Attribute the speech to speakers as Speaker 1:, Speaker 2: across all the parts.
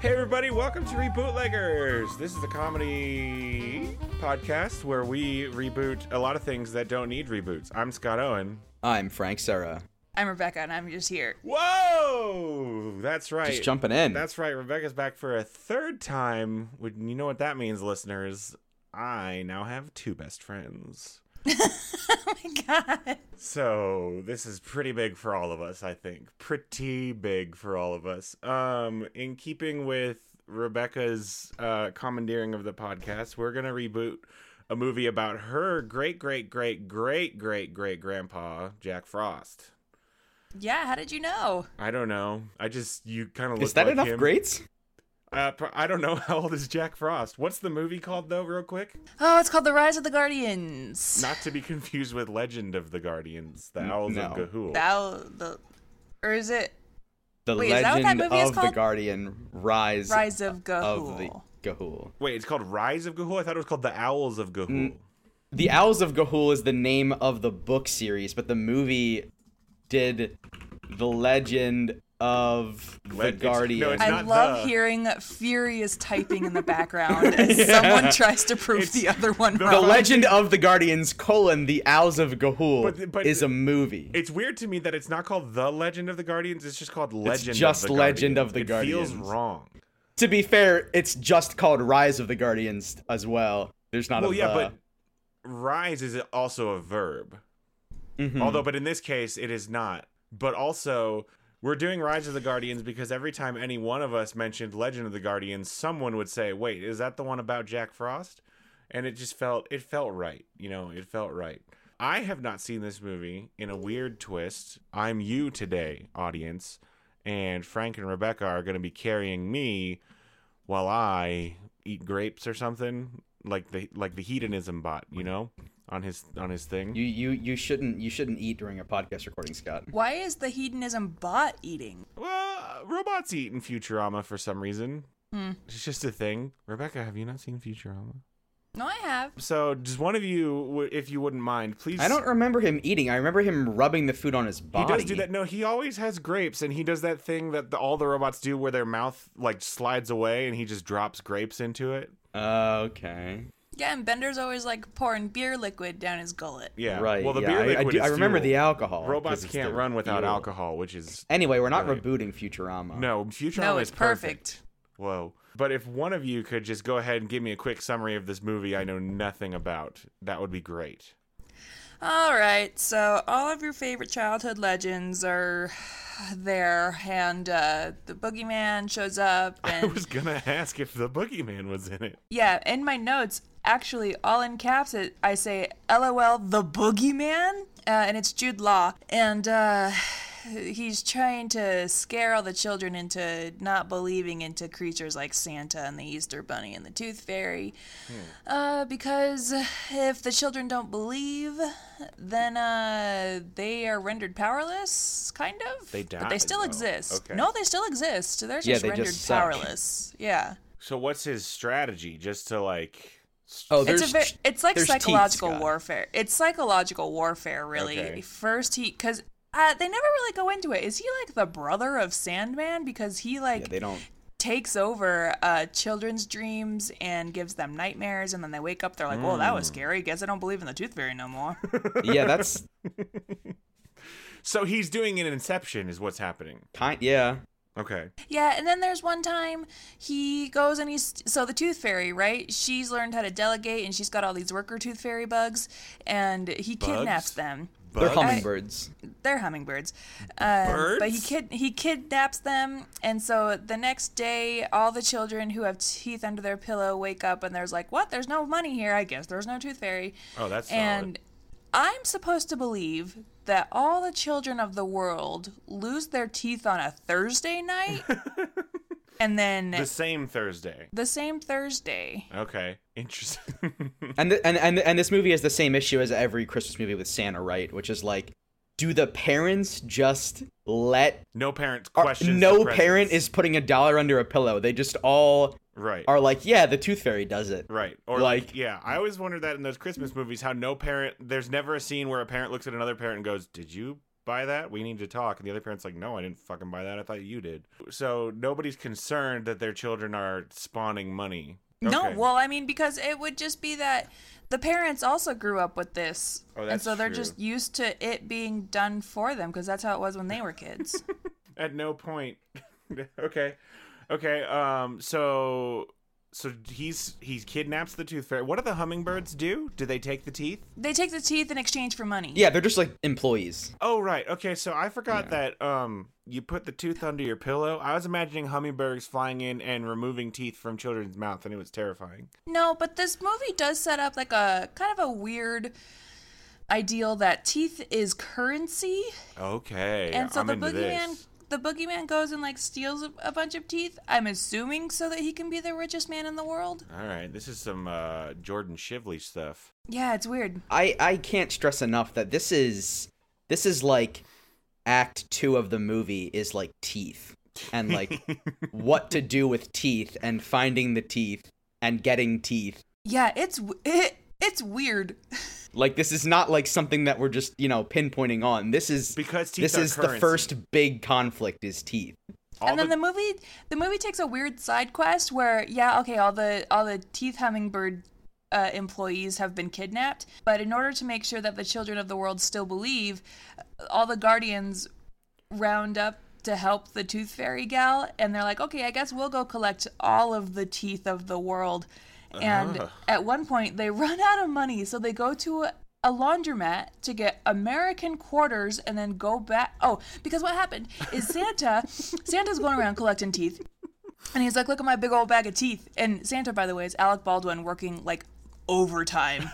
Speaker 1: Hey, everybody, welcome to Rebootleggers. This is a comedy podcast where we reboot a lot of things that don't need reboots. I'm Scott Owen.
Speaker 2: I'm Frank Sarah.
Speaker 3: I'm Rebecca, and I'm just here.
Speaker 1: Whoa! That's right.
Speaker 2: Just jumping in.
Speaker 1: That's right. Rebecca's back for a third time. Would- You know what that means, listeners. I now have two best friends.
Speaker 3: Oh my god!
Speaker 1: So this is pretty big for all of us, I think. Pretty big for all of us. Um, in keeping with Rebecca's uh, commandeering of the podcast, we're gonna reboot a movie about her great great great great great great grandpa Jack Frost.
Speaker 3: Yeah, how did you know?
Speaker 1: I don't know. I just you kind of
Speaker 2: Is that
Speaker 1: like
Speaker 2: enough
Speaker 1: him.
Speaker 2: greats?
Speaker 1: Uh, pro- I don't know how old is Jack Frost. What's the movie called though, real quick?
Speaker 3: Oh, it's called The Rise of the Guardians.
Speaker 1: Not to be confused with Legend of the Guardians, the Owls
Speaker 2: no.
Speaker 1: of Gahool.
Speaker 3: Thou the, or is it
Speaker 2: The
Speaker 3: Wait, is that what that
Speaker 2: legend
Speaker 3: movie is
Speaker 2: of the
Speaker 3: called?
Speaker 2: Guardian Rise,
Speaker 3: Rise of Gahul?
Speaker 2: of the Gahul.
Speaker 1: Wait, it's called Rise of Gahul. I thought it was called The Owls of Gahul.
Speaker 2: The Owls of Gahul is the name of the book series, but the movie did the legend of
Speaker 1: Le-
Speaker 2: the
Speaker 1: it's- no,
Speaker 2: Guardian.
Speaker 1: it's
Speaker 3: I
Speaker 1: not
Speaker 3: love
Speaker 1: the-
Speaker 3: hearing furious typing in the background as someone tries to prove
Speaker 1: It's-
Speaker 3: the other one
Speaker 2: the
Speaker 3: wrong.
Speaker 2: legend of the Guardians: colon the Owls of Gahul
Speaker 1: But the- but
Speaker 2: is
Speaker 1: the-
Speaker 2: a movie.
Speaker 1: It's weird to me that it's not called The Legend of the Guardians. It's just called Legend.
Speaker 2: just
Speaker 1: of the
Speaker 2: Legend
Speaker 1: Guardians.
Speaker 2: of the
Speaker 1: it feels
Speaker 2: Guardians.
Speaker 1: wrong.
Speaker 2: to be fair, it's just called Rise of the Guardians as well. There's not
Speaker 1: Well,
Speaker 2: a uh,
Speaker 1: yeah,
Speaker 2: the.
Speaker 1: but rise is also a verb.
Speaker 2: Mhm.
Speaker 1: Although, but in this case, it is not. But also, we're doing Rise of the Guardians because every time any one of us mentioned Legend of the Guardians, someone would say, "Wait, is that the one about Jack Frost?" And it just felt it felt right. You know, it felt right. I have not seen this movie in a weird twist. I'm you today, audience, and Frank and Rebecca are going to be carrying me while I eat grapes or something like the like the hedonism bot, you know, on his on his thing.
Speaker 2: You you you shouldn't you shouldn't eat during a podcast recording, Scott.
Speaker 3: Why is the hedonism bot eating?
Speaker 1: Well, robots eat in Futurama for some reason.
Speaker 2: Hmm.
Speaker 1: It's just a thing. Rebecca, have you not seen Futurama?
Speaker 3: No, I have.
Speaker 1: So, just one of you, w- if you wouldn't mind, please.
Speaker 2: I don't remember him eating. I remember him rubbing the food on his
Speaker 1: He
Speaker 2: body.
Speaker 1: does do that. No, he always has grapes, and he does that thing that the, all the robots do, where their mouth like slides away, and he just drops grapes into it.
Speaker 2: Uh, okay.
Speaker 3: Yeah, and Bender's always like pouring beer liquid down his gullet.
Speaker 1: Yeah,
Speaker 2: Right.
Speaker 1: Well, the
Speaker 2: yeah,
Speaker 1: beer
Speaker 2: I- I,
Speaker 1: liquid
Speaker 2: do-
Speaker 1: is
Speaker 2: I remember
Speaker 1: fuel.
Speaker 2: the alcohol. 'cause
Speaker 1: Robots
Speaker 2: it's
Speaker 1: can't
Speaker 2: the
Speaker 1: run without
Speaker 2: fuel.
Speaker 1: alcohol, which is
Speaker 2: Anyway, we're not
Speaker 1: Right.
Speaker 2: rebooting Futurama.
Speaker 1: no Futurama
Speaker 3: no,
Speaker 1: is
Speaker 3: it's perfect.
Speaker 1: Whoa. But if one of you could just go ahead and give me a quick summary of this movie I know nothing about, that would be great.
Speaker 3: All right, so all of your favorite childhood legends are there, and uh, the boogeyman shows up,
Speaker 1: I
Speaker 3: and
Speaker 1: was gonna ask if the boogeyman was in it.
Speaker 3: yeah, in my notes, actually, all in caps, it, I say "LOL, the boogeyman," uh, and it's Jude Law, and uh, he's trying to scare all the children into not believing into creatures like Santa and the Easter Bunny and the Tooth Fairy, uh, because if the children don't believe, then uh, they are rendered powerless, kind of.
Speaker 1: They
Speaker 3: But they
Speaker 1: died,
Speaker 3: still
Speaker 1: though.
Speaker 3: exist.
Speaker 1: Okay.
Speaker 3: No, they still exist. They're just
Speaker 2: Yeah, they just
Speaker 3: rendered
Speaker 2: suck.
Speaker 3: powerless. Yeah.
Speaker 1: So what's his strategy? Just to like,
Speaker 2: Oh, there's
Speaker 3: it's a very, it's like
Speaker 2: there's teeth,
Speaker 3: psychological
Speaker 2: Scott.
Speaker 3: warfare. It's psychological warfare, really.
Speaker 1: Okay.
Speaker 3: First, he because uh, they never really go into it. Is he like the brother of Sandman because he like
Speaker 2: Yeah, they don't.
Speaker 3: takes over uh, children's dreams and gives them nightmares, and then they wake up. They're like, "Well, that
Speaker 2: Hmm.
Speaker 3: was scary. Guess I don't believe in the tooth fairy no more."
Speaker 2: Yeah, that's
Speaker 1: so he's doing an inception, is what's happening.
Speaker 2: kind. Yeah.
Speaker 1: Okay.
Speaker 3: Yeah, and then there's one time he goes and he's so the tooth fairy, right? She's learned how to delegate and she's got all these worker tooth fairy bugs and he
Speaker 1: Bugs?
Speaker 3: kidnaps them.
Speaker 2: They're
Speaker 1: Bugs?
Speaker 2: hummingbirds.
Speaker 3: They're hummingbirds. Um, But he
Speaker 1: Birds?
Speaker 3: kid he kidnaps them and so the next day all the children who have teeth under their pillow wake up and there's like, "What? There's no money here. I guess there's no tooth fairy."
Speaker 1: Oh, that's
Speaker 3: And
Speaker 1: and
Speaker 3: I'm supposed to believe that all the children of the world lose their teeth on a Thursday night and then
Speaker 1: the same Thursday.
Speaker 3: the same Thursday.
Speaker 1: Okay. Interesting.
Speaker 2: And, th- and and and this movie has the same issue as every Christmas movie with Santa, right? Which is like, do the parents just let?
Speaker 1: no parent
Speaker 2: are-
Speaker 1: questions. the
Speaker 2: no
Speaker 1: presents.
Speaker 2: parent is putting a dollar under a pillow. They just all
Speaker 1: right.
Speaker 2: are like, yeah, the tooth fairy does it.
Speaker 1: Right. Or like,
Speaker 2: Like-
Speaker 1: yeah, I always wondered that in those Christmas movies how no parent there's never a scene where a parent looks at another parent and goes, "Did you buy that? We need to talk." And the other parent's like, "No, I didn't fucking buy that. I thought you did." So nobody's concerned that their children are spawning money.
Speaker 3: No,
Speaker 1: Okay.
Speaker 3: well, I mean, because it would just be that the parents also grew up with this,
Speaker 1: Oh,
Speaker 3: and
Speaker 1: that's
Speaker 3: so they're
Speaker 1: true.
Speaker 3: just used to it being done for them because that's how it was when they were kids.
Speaker 1: at no point. okay, okay. Um, so so he's he kidnaps the tooth fairy. What do the hummingbirds do? Do they take the teeth?
Speaker 3: they take the teeth in exchange for money.
Speaker 2: Yeah, they're just like employees.
Speaker 1: Oh right. Okay, so I forgot that um you put the tooth under your pillow. I was imagining hummingbirds flying in and removing teeth from children's mouth and it was terrifying.
Speaker 3: No, but this movie does set up like a kind of a weird ideal that teeth is currency,
Speaker 1: Okay.
Speaker 3: and so
Speaker 1: I'm
Speaker 3: the
Speaker 1: into
Speaker 3: boogeyman.
Speaker 1: this.
Speaker 3: The boogeyman goes and like steals a, a bunch of teeth. I'm assuming so that he can be the richest man in the world.
Speaker 1: All right, this is some uh Jordan Shively stuff.
Speaker 3: Yeah, it's weird.
Speaker 2: I I can't stress enough that this is this is like act 2 of the movie is like teeth and like what to do with teeth and finding the teeth and getting teeth.
Speaker 3: Yeah, it's w- it, it's weird.
Speaker 2: Like this is not like something that we're just, you know, pinpointing on. This is
Speaker 1: Because teeth
Speaker 2: this
Speaker 1: are
Speaker 2: is
Speaker 1: currency.
Speaker 2: the first big conflict is teeth.
Speaker 1: All
Speaker 3: and then the movie the movie takes a weird side quest where yeah okay all the all the teeth hummingbird uh, employees have been kidnapped but in order to make sure that the children of the world still believe all the guardians round up to help the tooth fairy gal and they're like okay i guess we'll go collect all of the teeth of the world and
Speaker 1: Ah.
Speaker 3: at one point they run out of money so they go to a, a laundromat to get american quarters and then go back oh because what happened is santa santa's going around collecting teeth and he's like look at my big old bag of teeth and santa by the way is alec baldwin working like overtime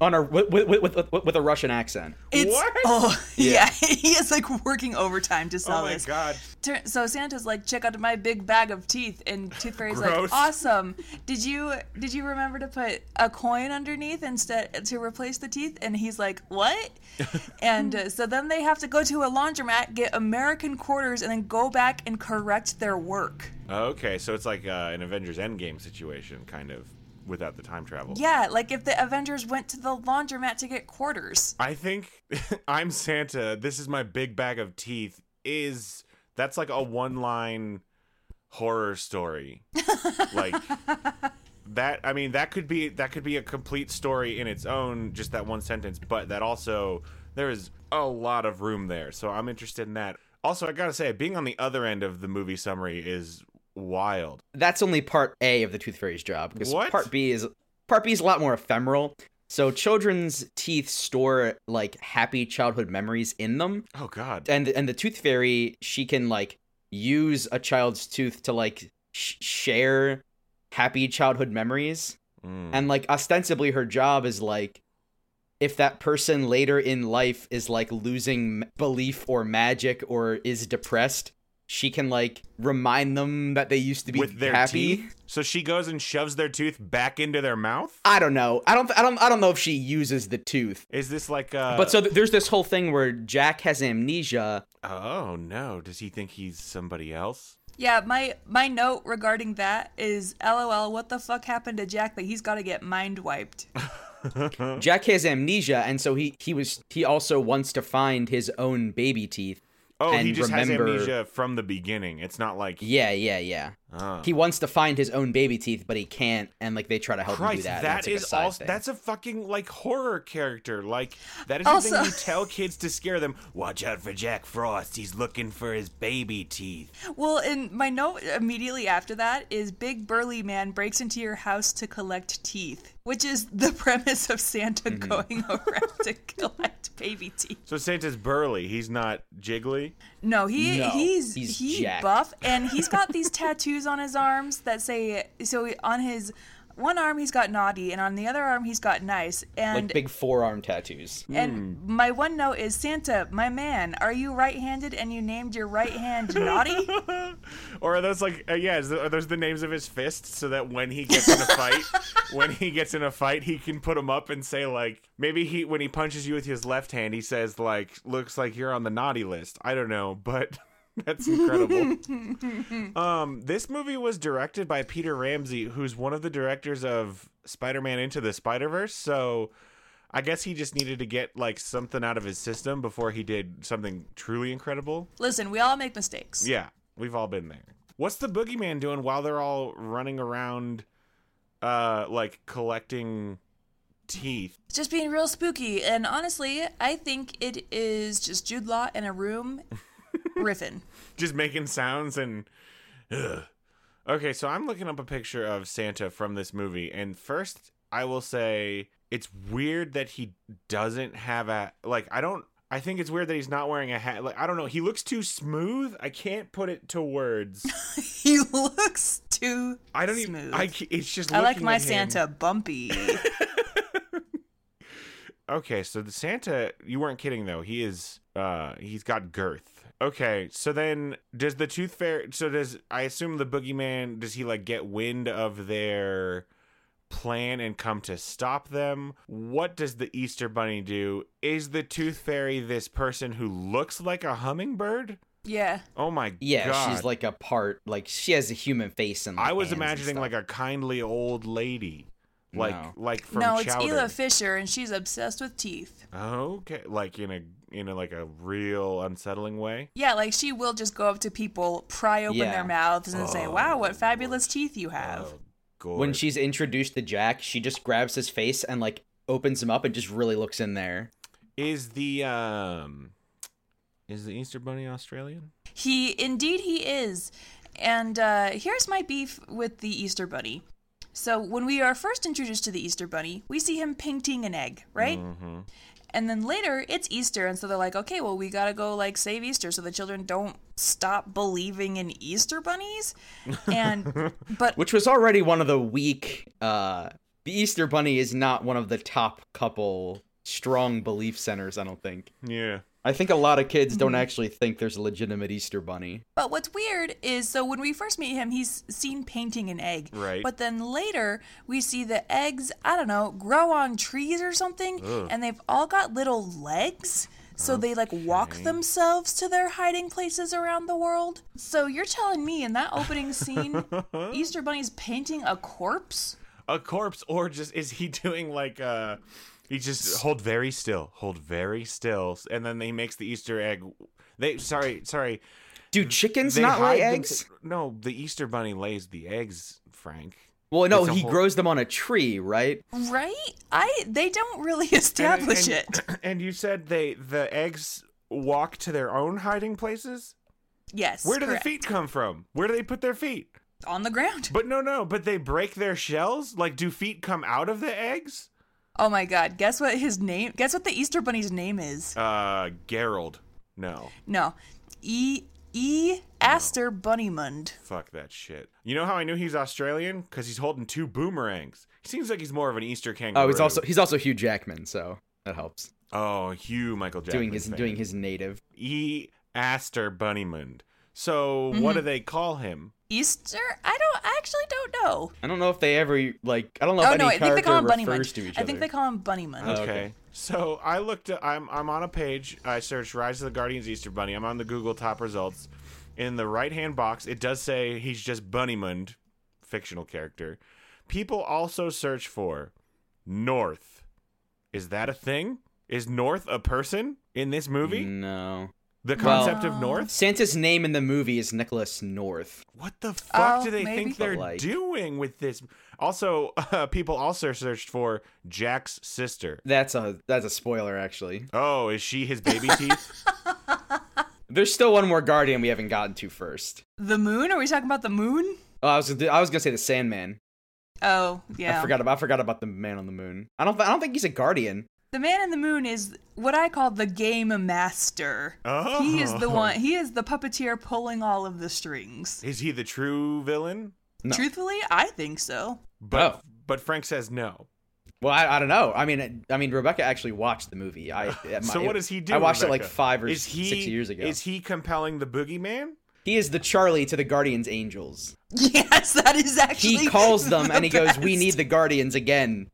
Speaker 2: on a with with, with, with, with a Russian accent.
Speaker 3: it's
Speaker 1: What?
Speaker 3: oh yeah. he is like working overtime to sell
Speaker 1: Oh my
Speaker 3: this
Speaker 1: god.
Speaker 3: Tur- so Santa's like, check out my big bag of teeth, and Tooth Fairy's
Speaker 1: Gross.
Speaker 3: like, awesome. Did you did you remember to put a coin underneath instead to replace the teeth? And he's like, what? and uh, so then they have to go to a laundromat, get American quarters, and then go back and correct their work.
Speaker 1: Okay, so it's like uh, an Avengers Endgame situation kind of without the time travel.
Speaker 3: Yeah, like if the Avengers went to the laundromat to get quarters.
Speaker 1: I think I'm Santa. This is my big bag of teeth. Is that's like a one line horror story. like that I mean that could be that could be a complete story in its own just that one sentence, but that also there is a lot of room there. So I'm interested in that. Also, I got to say being on the other end of the movie summary is wild.
Speaker 2: That's only part A of the Tooth Fairy's job because
Speaker 1: What?
Speaker 2: part B is part B is a lot more ephemeral. So children's teeth store like happy childhood memories in them,
Speaker 1: Oh god.
Speaker 2: and and the Tooth Fairy she can like use a child's tooth to like sh- share happy childhood memories,
Speaker 1: Mm.
Speaker 2: and like ostensibly her job is like. If that person later in life is like losing m- belief or magic or is depressed, she can like remind them that they used to be
Speaker 1: with their
Speaker 2: happy.
Speaker 1: teeth. So she goes and shoves their tooth back into their mouth.
Speaker 2: I don't know. I don't. I don't. I don't know if she uses the tooth.
Speaker 1: Is this like uh
Speaker 2: But so th- there's this whole thing where Jack has amnesia.
Speaker 1: Oh no, does he think he's somebody else?
Speaker 3: Yeah, my my note regarding that is, lol, what the fuck happened to Jack that he's got to get mind wiped.
Speaker 2: Jack has amnesia, and so he he was he also wants to find his own baby teeth.
Speaker 1: Oh, he
Speaker 2: And
Speaker 1: just
Speaker 2: remember-
Speaker 1: has amnesia from the beginning. It's not like
Speaker 2: Yeah, yeah, yeah.
Speaker 1: Ah.
Speaker 2: He wants to find his own baby teeth, but he can't, and like they try to help him do
Speaker 1: Christ,
Speaker 2: that. and
Speaker 1: that
Speaker 2: that's, like, a
Speaker 1: is
Speaker 2: side
Speaker 1: also
Speaker 2: thing.
Speaker 1: that's a fucking like horror character. Like that is the
Speaker 3: Also-
Speaker 1: thing you tell kids to scare them. Watch out for Jack Frost. He's looking for his baby teeth.
Speaker 3: Well, and my note immediately after that is Big Burly Man breaks into your house to collect teeth, which is the premise of Santa
Speaker 2: Mm-hmm.
Speaker 3: going around to collect baby teeth.
Speaker 1: So Santa's burly. He's not jiggly.
Speaker 3: No, he
Speaker 2: No,
Speaker 3: he's,
Speaker 2: he's
Speaker 3: he
Speaker 2: jacked.
Speaker 3: buff and he's got these tattoos on his arms that say so on his one arm he's got naughty and on the other arm he's got nice and
Speaker 2: like big forearm tattoos.
Speaker 3: and my one note is Santa, my man, are you right-handed and you named your right hand naughty?
Speaker 1: Or are those like uh, yeah? Is are those the names of his fists so that when he gets in a fight, when he gets in a fight, he can put them up and say like maybe he when he punches you with his left hand, he says like looks like you're on the naughty list. I don't know, but that's incredible. um, this movie was directed by Peter Ramsey, who's one of the directors of Spider-Man Into the Spider-Verse. So I guess he just needed to get like something out of his system before he did something truly incredible.
Speaker 3: Listen, we all make mistakes.
Speaker 1: Yeah, we've all been there. What's the boogeyman doing while they're all running around, uh, like collecting teeth?
Speaker 3: It's just being real spooky. And honestly, I think it is just Jude Law in a room riffing.
Speaker 1: just making sounds and Ugh. okay so i'm looking up a picture of santa from this movie and first i will say it's weird that he doesn't have a like i don't i think it's weird that he's not wearing a hat like i don't know he looks too smooth i can't put it to words
Speaker 3: He looks too
Speaker 1: i don't even
Speaker 3: smooth.
Speaker 1: i ca- it's just
Speaker 3: I like
Speaker 1: looking
Speaker 3: my
Speaker 1: at him.
Speaker 3: Santa bumpy.
Speaker 1: okay so the santa you weren't kidding though he is uh he's got girth okay so then does the tooth fairy so does i assume the boogeyman does he like get wind of their plan and come to stop them what does the easter bunny do is the tooth fairy this person who looks like a hummingbird
Speaker 3: yeah.
Speaker 1: oh my
Speaker 2: Yeah,
Speaker 1: god
Speaker 2: she's like a part. Like she has a human face and. Like,
Speaker 1: i was
Speaker 2: hands and
Speaker 1: imagining
Speaker 2: stuff.
Speaker 1: like a kindly old lady like
Speaker 2: No.
Speaker 1: like from
Speaker 3: no, it's
Speaker 1: Chowder.
Speaker 3: Ela Fisher, and she's obsessed with teeth.
Speaker 1: okay like in a in a like a real unsettling way
Speaker 3: Yeah, like she will just go up to people, pry open
Speaker 2: Yeah.
Speaker 3: their mouths, and say,
Speaker 1: Oh,
Speaker 3: "Wow, what fabulous teeth you have!"
Speaker 1: Oh, God.
Speaker 2: when she's introduced to Jack, she just grabs his face and like opens him up and just really looks in there.
Speaker 1: is the um is the Easter Bunny Australian?
Speaker 3: He indeed he is. And uh, here's my beef with the Easter Bunny. So when we are first introduced to the Easter Bunny, we see him painting an egg, right?
Speaker 1: Mm-hmm.
Speaker 3: And then later it's Easter, and so they're like, okay, well we gotta go like save Easter, so the children don't stop believing in Easter bunnies. And but
Speaker 2: Which was already one of the weak. uh The Easter Bunny is not one of the top couple strong belief centers. I don't think.
Speaker 1: Yeah.
Speaker 2: I think a lot of kids
Speaker 3: Hmm.
Speaker 2: don't actually think there's a legitimate Easter Bunny.
Speaker 3: But what's weird is so when we first meet him, he's seen painting an egg.
Speaker 1: Right.
Speaker 3: But then later, we see the eggs, I don't know, grow on trees or something,
Speaker 1: Ugh.
Speaker 3: and they've all got little legs. So they like walk
Speaker 1: Okay.
Speaker 3: themselves to their hiding places around the world. So you're telling me in that opening scene, Easter Bunny's painting a corpse?
Speaker 1: A corpse, or just is he doing like uh he just hold very still, hold very still, and then he makes the Easter egg. They sorry, sorry.
Speaker 2: Dude, chickens
Speaker 1: they
Speaker 2: not
Speaker 1: hide
Speaker 2: lay
Speaker 1: them-
Speaker 2: eggs.
Speaker 1: no, the Easter Bunny lays the eggs, Frank.
Speaker 2: Well, no,
Speaker 1: It's a
Speaker 2: he
Speaker 1: whole-
Speaker 2: grows them on a tree, right?
Speaker 3: Right? I they don't really
Speaker 1: And-
Speaker 3: establish
Speaker 1: and-
Speaker 3: it.
Speaker 1: And you said they the eggs walk to their own hiding places.
Speaker 3: Yes.
Speaker 1: Where do
Speaker 3: correct.
Speaker 1: the feet come from? Where do they put their feet?
Speaker 3: on the ground?
Speaker 1: But no, no, but they break their shells? Like, do feet come out of the eggs?
Speaker 3: Oh my god, guess what his name guess what the Easter Bunny's name is?
Speaker 1: Uh, Gerald. No.
Speaker 3: No. E E Aster Bunnymund.
Speaker 1: Fuck that shit. You know how I knew he's Australian? Because he's holding two boomerangs. He seems like he's more of an Easter kangaroo.
Speaker 2: Oh, he's also he's also Hugh Jackman, so that helps.
Speaker 1: Oh, Hugh Michael Jackman.
Speaker 2: doing his
Speaker 1: fan.
Speaker 2: doing his native.
Speaker 1: E. Aster Bunnymund. So, what do they call him?
Speaker 3: Easter? I don't I actually don't know.
Speaker 2: I don't know if they ever like. I don't know if
Speaker 3: oh
Speaker 2: any
Speaker 3: no, I think they
Speaker 2: character
Speaker 3: call him
Speaker 2: refers to
Speaker 3: Bunnymund.
Speaker 2: each
Speaker 3: I
Speaker 2: other.
Speaker 3: think they call him Bunnymund.
Speaker 2: Oh.
Speaker 1: Okay.
Speaker 2: okay.
Speaker 1: So I looked. I'm I'm on a page. I searched Rise of the Guardians Easter Bunny. I'm on the Google top results. In the right hand box, it does say he's just Bunnymund, fictional character. People also search for North. Is that a thing? Is North a person in this movie?
Speaker 2: No.
Speaker 1: The concept of
Speaker 3: Mm, Well-
Speaker 1: North?
Speaker 2: Santa's name in the movie is Nicholas North.
Speaker 1: What the fuck
Speaker 3: Oh,
Speaker 1: do they
Speaker 3: maybe.
Speaker 1: think
Speaker 3: But
Speaker 1: they're
Speaker 2: like-
Speaker 1: doing with this? Also, uh, people also searched for Jack's sister.
Speaker 2: That's a that's a spoiler actually.
Speaker 1: Oh, is she his baby teeth?
Speaker 2: There's still one more Guardian we haven't gotten to first.
Speaker 3: The moon? Are we talking about the moon?
Speaker 2: Oh, I was I was gonna say the Sandman.
Speaker 3: Oh, yeah.
Speaker 2: I forgot about I forgot about the Man on the Moon. I don't I don't think he's a Guardian.
Speaker 3: The man in the moon is what I call the game master.
Speaker 1: Oh.
Speaker 3: He is the one he is the puppeteer pulling all of the strings.
Speaker 1: Is he the true villain?
Speaker 2: No.
Speaker 3: Truthfully, I think so.
Speaker 1: But
Speaker 2: Oh.
Speaker 1: but Frank says no.
Speaker 2: Well, I, I don't know. I mean, I mean, Rebecca actually watched the movie. I at my-
Speaker 1: so what does he do?
Speaker 2: I watched it like
Speaker 1: Rebecca?
Speaker 2: five or
Speaker 1: Is he-
Speaker 2: six years ago.
Speaker 1: Is he compelling the boogeyman?
Speaker 2: he is the Charlie to the Guardians Angels.
Speaker 3: Yes, that is actually
Speaker 2: he calls them
Speaker 3: the
Speaker 2: and he goes, "We
Speaker 3: best.
Speaker 2: need the Guardians again,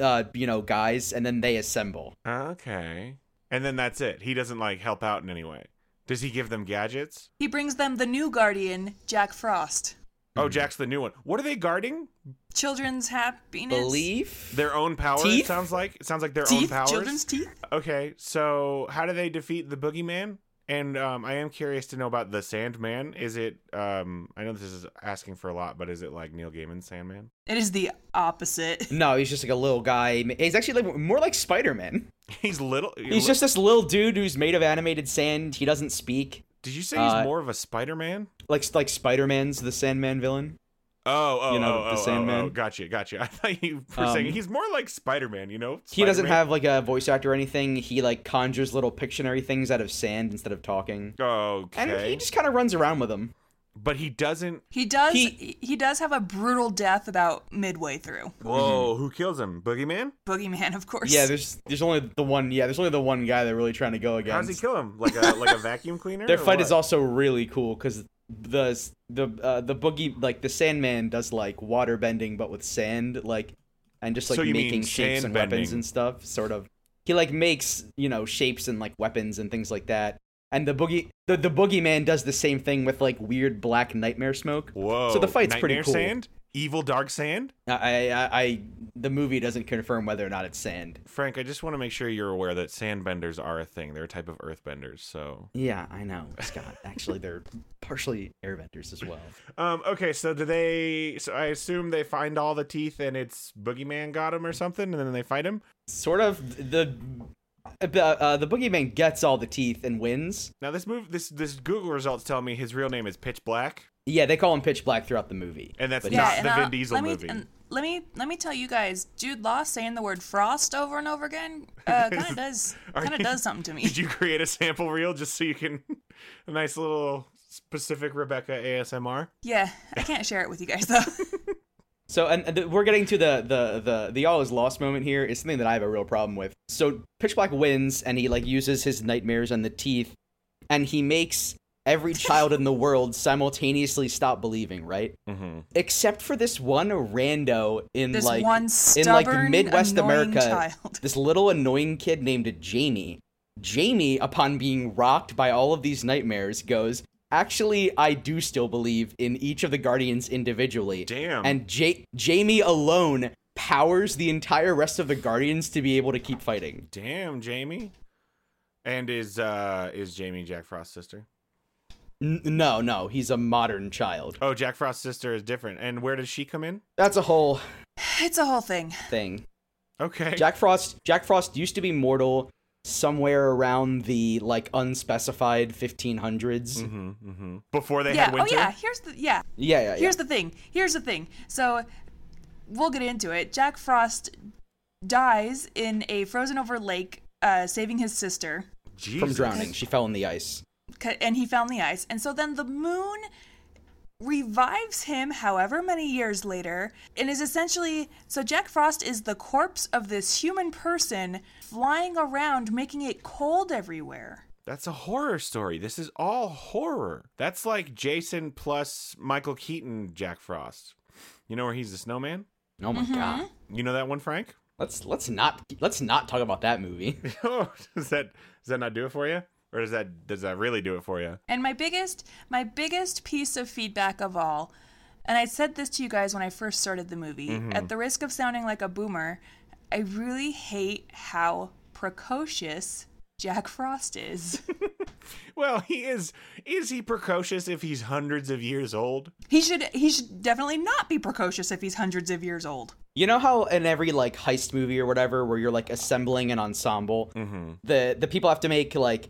Speaker 2: uh, you know, guys." And then they assemble.
Speaker 1: Okay. And then that's it. He doesn't like help out in any way. Does he give them gadgets?
Speaker 3: He brings them the new guardian, Jack Frost.
Speaker 1: Oh, Jack's the new one. What are they guarding?
Speaker 3: Children's happiness.
Speaker 2: Belief?
Speaker 1: Their own power. It
Speaker 2: Teeth?
Speaker 1: sounds like it sounds like their own
Speaker 3: Teeth,
Speaker 1: powers.
Speaker 3: children's teeth.
Speaker 1: Okay, so how do they defeat the boogeyman? And um, I am curious to know about the Sandman. Is it? Um, I know this is asking for a lot, but is it like Neil Gaiman's Sandman?
Speaker 3: It is the opposite.
Speaker 2: No, he's just like a little guy. He's actually like more like Spider-Man.
Speaker 1: He's little.
Speaker 2: He's just this little dude who's made of animated sand. He doesn't speak.
Speaker 1: Did you say he's
Speaker 2: uh,
Speaker 1: more of a Spider-Man?
Speaker 2: Like like Spider-Man's the Sandman villain.
Speaker 1: Oh, oh,
Speaker 2: you know,
Speaker 1: oh,
Speaker 2: the
Speaker 1: oh,
Speaker 2: Sandman.
Speaker 1: Oh, oh, gotcha, gotcha. I thought you were
Speaker 2: Um,
Speaker 1: saying he's more like Spider-Man. You know,
Speaker 2: He doesn't
Speaker 1: Spider-Man.
Speaker 2: have like a voice actor or anything. He like conjures little Pictionary things out of sand instead of talking.
Speaker 1: Okay,
Speaker 2: And he just kind of runs around with them.
Speaker 1: but he doesn't.
Speaker 3: He does.
Speaker 2: He-
Speaker 3: He, does have a brutal death about midway through.
Speaker 1: Whoa, who kills him? Boogeyman?
Speaker 3: Boogeyman, of course.
Speaker 2: Yeah, there's there's only the one. Yeah, there's only the one guy they're really trying to go
Speaker 1: How does he
Speaker 2: against.
Speaker 1: kill him? Like a like a vacuum cleaner?
Speaker 2: Their
Speaker 1: or
Speaker 2: fight
Speaker 1: what?
Speaker 2: is also really cool because the the uh, the boogie like the Sandman does like water bending but with sand like and just like
Speaker 1: So you mean
Speaker 2: making shapes
Speaker 1: sand
Speaker 2: and weapons
Speaker 1: bending.
Speaker 2: and stuff. Sort of. He like makes you know shapes and like weapons and things like that. And the boogie the the boogeyman does the same thing with like weird black nightmare smoke.
Speaker 1: Whoa.
Speaker 2: So the fight's pretty
Speaker 1: Nightmare
Speaker 2: cool.
Speaker 1: Sand, evil dark sand.
Speaker 2: I, I I the movie doesn't confirm whether or not it's sand.
Speaker 1: Frank, I just want to make sure you're aware that sandbenders are a thing. They're a type of earthbenders. So,
Speaker 2: Yeah, I know, Scott. Actually, they're partially airbenders as well.
Speaker 1: um, okay. So do they? So I assume they find all the teeth, and it's boogeyman got him or something, and then they fight him.
Speaker 2: Sort of the the, uh, the boogeyman gets all the teeth and wins.
Speaker 1: Now this move, this this Google results tell me his real name is Pitch Black,
Speaker 2: Yeah, they call him Pitch Black throughout the movie.
Speaker 1: and that's
Speaker 2: But
Speaker 1: not
Speaker 3: and
Speaker 1: the
Speaker 3: I'll-
Speaker 1: Vin Diesel
Speaker 3: let me,
Speaker 1: movie.
Speaker 3: And let me let me tell you guys, Jude Law saying the word frost over and over again uh, kind of does
Speaker 1: Are
Speaker 3: kind of
Speaker 1: you-
Speaker 3: does something to me.
Speaker 1: Did you create a sample reel just so you can a nice little specific Rebecca ASMR?
Speaker 3: Yeah, I can't share it with you guys though.
Speaker 2: So, and and the, we're getting to the the the the all is lost moment here is something that I have a real problem with. So, Pitch Black wins, and he like uses his nightmares and the teeth, and he makes every child in the world simultaneously stop believing, right?
Speaker 1: Mm-hmm.
Speaker 2: Except for this one rando in
Speaker 3: This
Speaker 2: like
Speaker 3: one
Speaker 2: in like
Speaker 3: stubborn,
Speaker 2: Midwest
Speaker 3: annoying
Speaker 2: America,
Speaker 3: child.
Speaker 2: this little annoying kid named Jamie. Jamie, upon being rocked by all of these nightmares, goes, "Actually, I do still believe in each of the guardians individually."
Speaker 1: Damn.
Speaker 2: And ja- Jamie alone powers the entire rest of the guardians to be able to keep fighting.
Speaker 1: Damn, Jamie. And is uh is Jamie Jack Frost's sister?
Speaker 2: N- no, no, he's a modern child.
Speaker 1: Oh, Jack Frost's sister is different. And where does she come in?
Speaker 2: That's a whole
Speaker 3: it's a whole thing.
Speaker 2: thing.
Speaker 1: Okay.
Speaker 2: Jack Frost Jack Frost used to be mortal somewhere around the like unspecified 1500s.
Speaker 1: hmm
Speaker 2: mm-hmm.
Speaker 1: hmm Before they
Speaker 3: yeah.
Speaker 1: had winter.
Speaker 3: Oh yeah. Here's the yeah.
Speaker 2: Yeah, yeah, yeah.
Speaker 3: Here's the thing. Here's the thing. So we'll get into it. Jack Frost dies in a frozen over lake, uh, saving his sister,
Speaker 1: Jesus.
Speaker 2: from drowning. She fell in the ice.
Speaker 3: c- and he found the ice. And so then the moon revives him however many years later and is essentially so Jack Frost is the corpse of this human person flying around making it cold everywhere.
Speaker 1: That's a horror story. This is all horror. That's like Jason plus Michael Keaton Jack Frost. You know where he's the snowman?
Speaker 2: Oh my god.
Speaker 1: You know that one, Frank?
Speaker 2: Let's let's not let's not talk about that movie.
Speaker 1: Oh, does that does that not do it for you? Or does that does that really do it for you?
Speaker 3: And my biggest my biggest piece of feedback of all, and I said this to you guys when I first started the movie, at the risk of sounding like a boomer, I really hate how precocious Jack Frost is.
Speaker 1: Well, he is is he precocious if he's hundreds of years old?
Speaker 3: he should he should definitely not be precocious if he's hundreds of years old.
Speaker 2: You know how in every like heist movie or whatever where you're like assembling an ensemble, the the people have to make like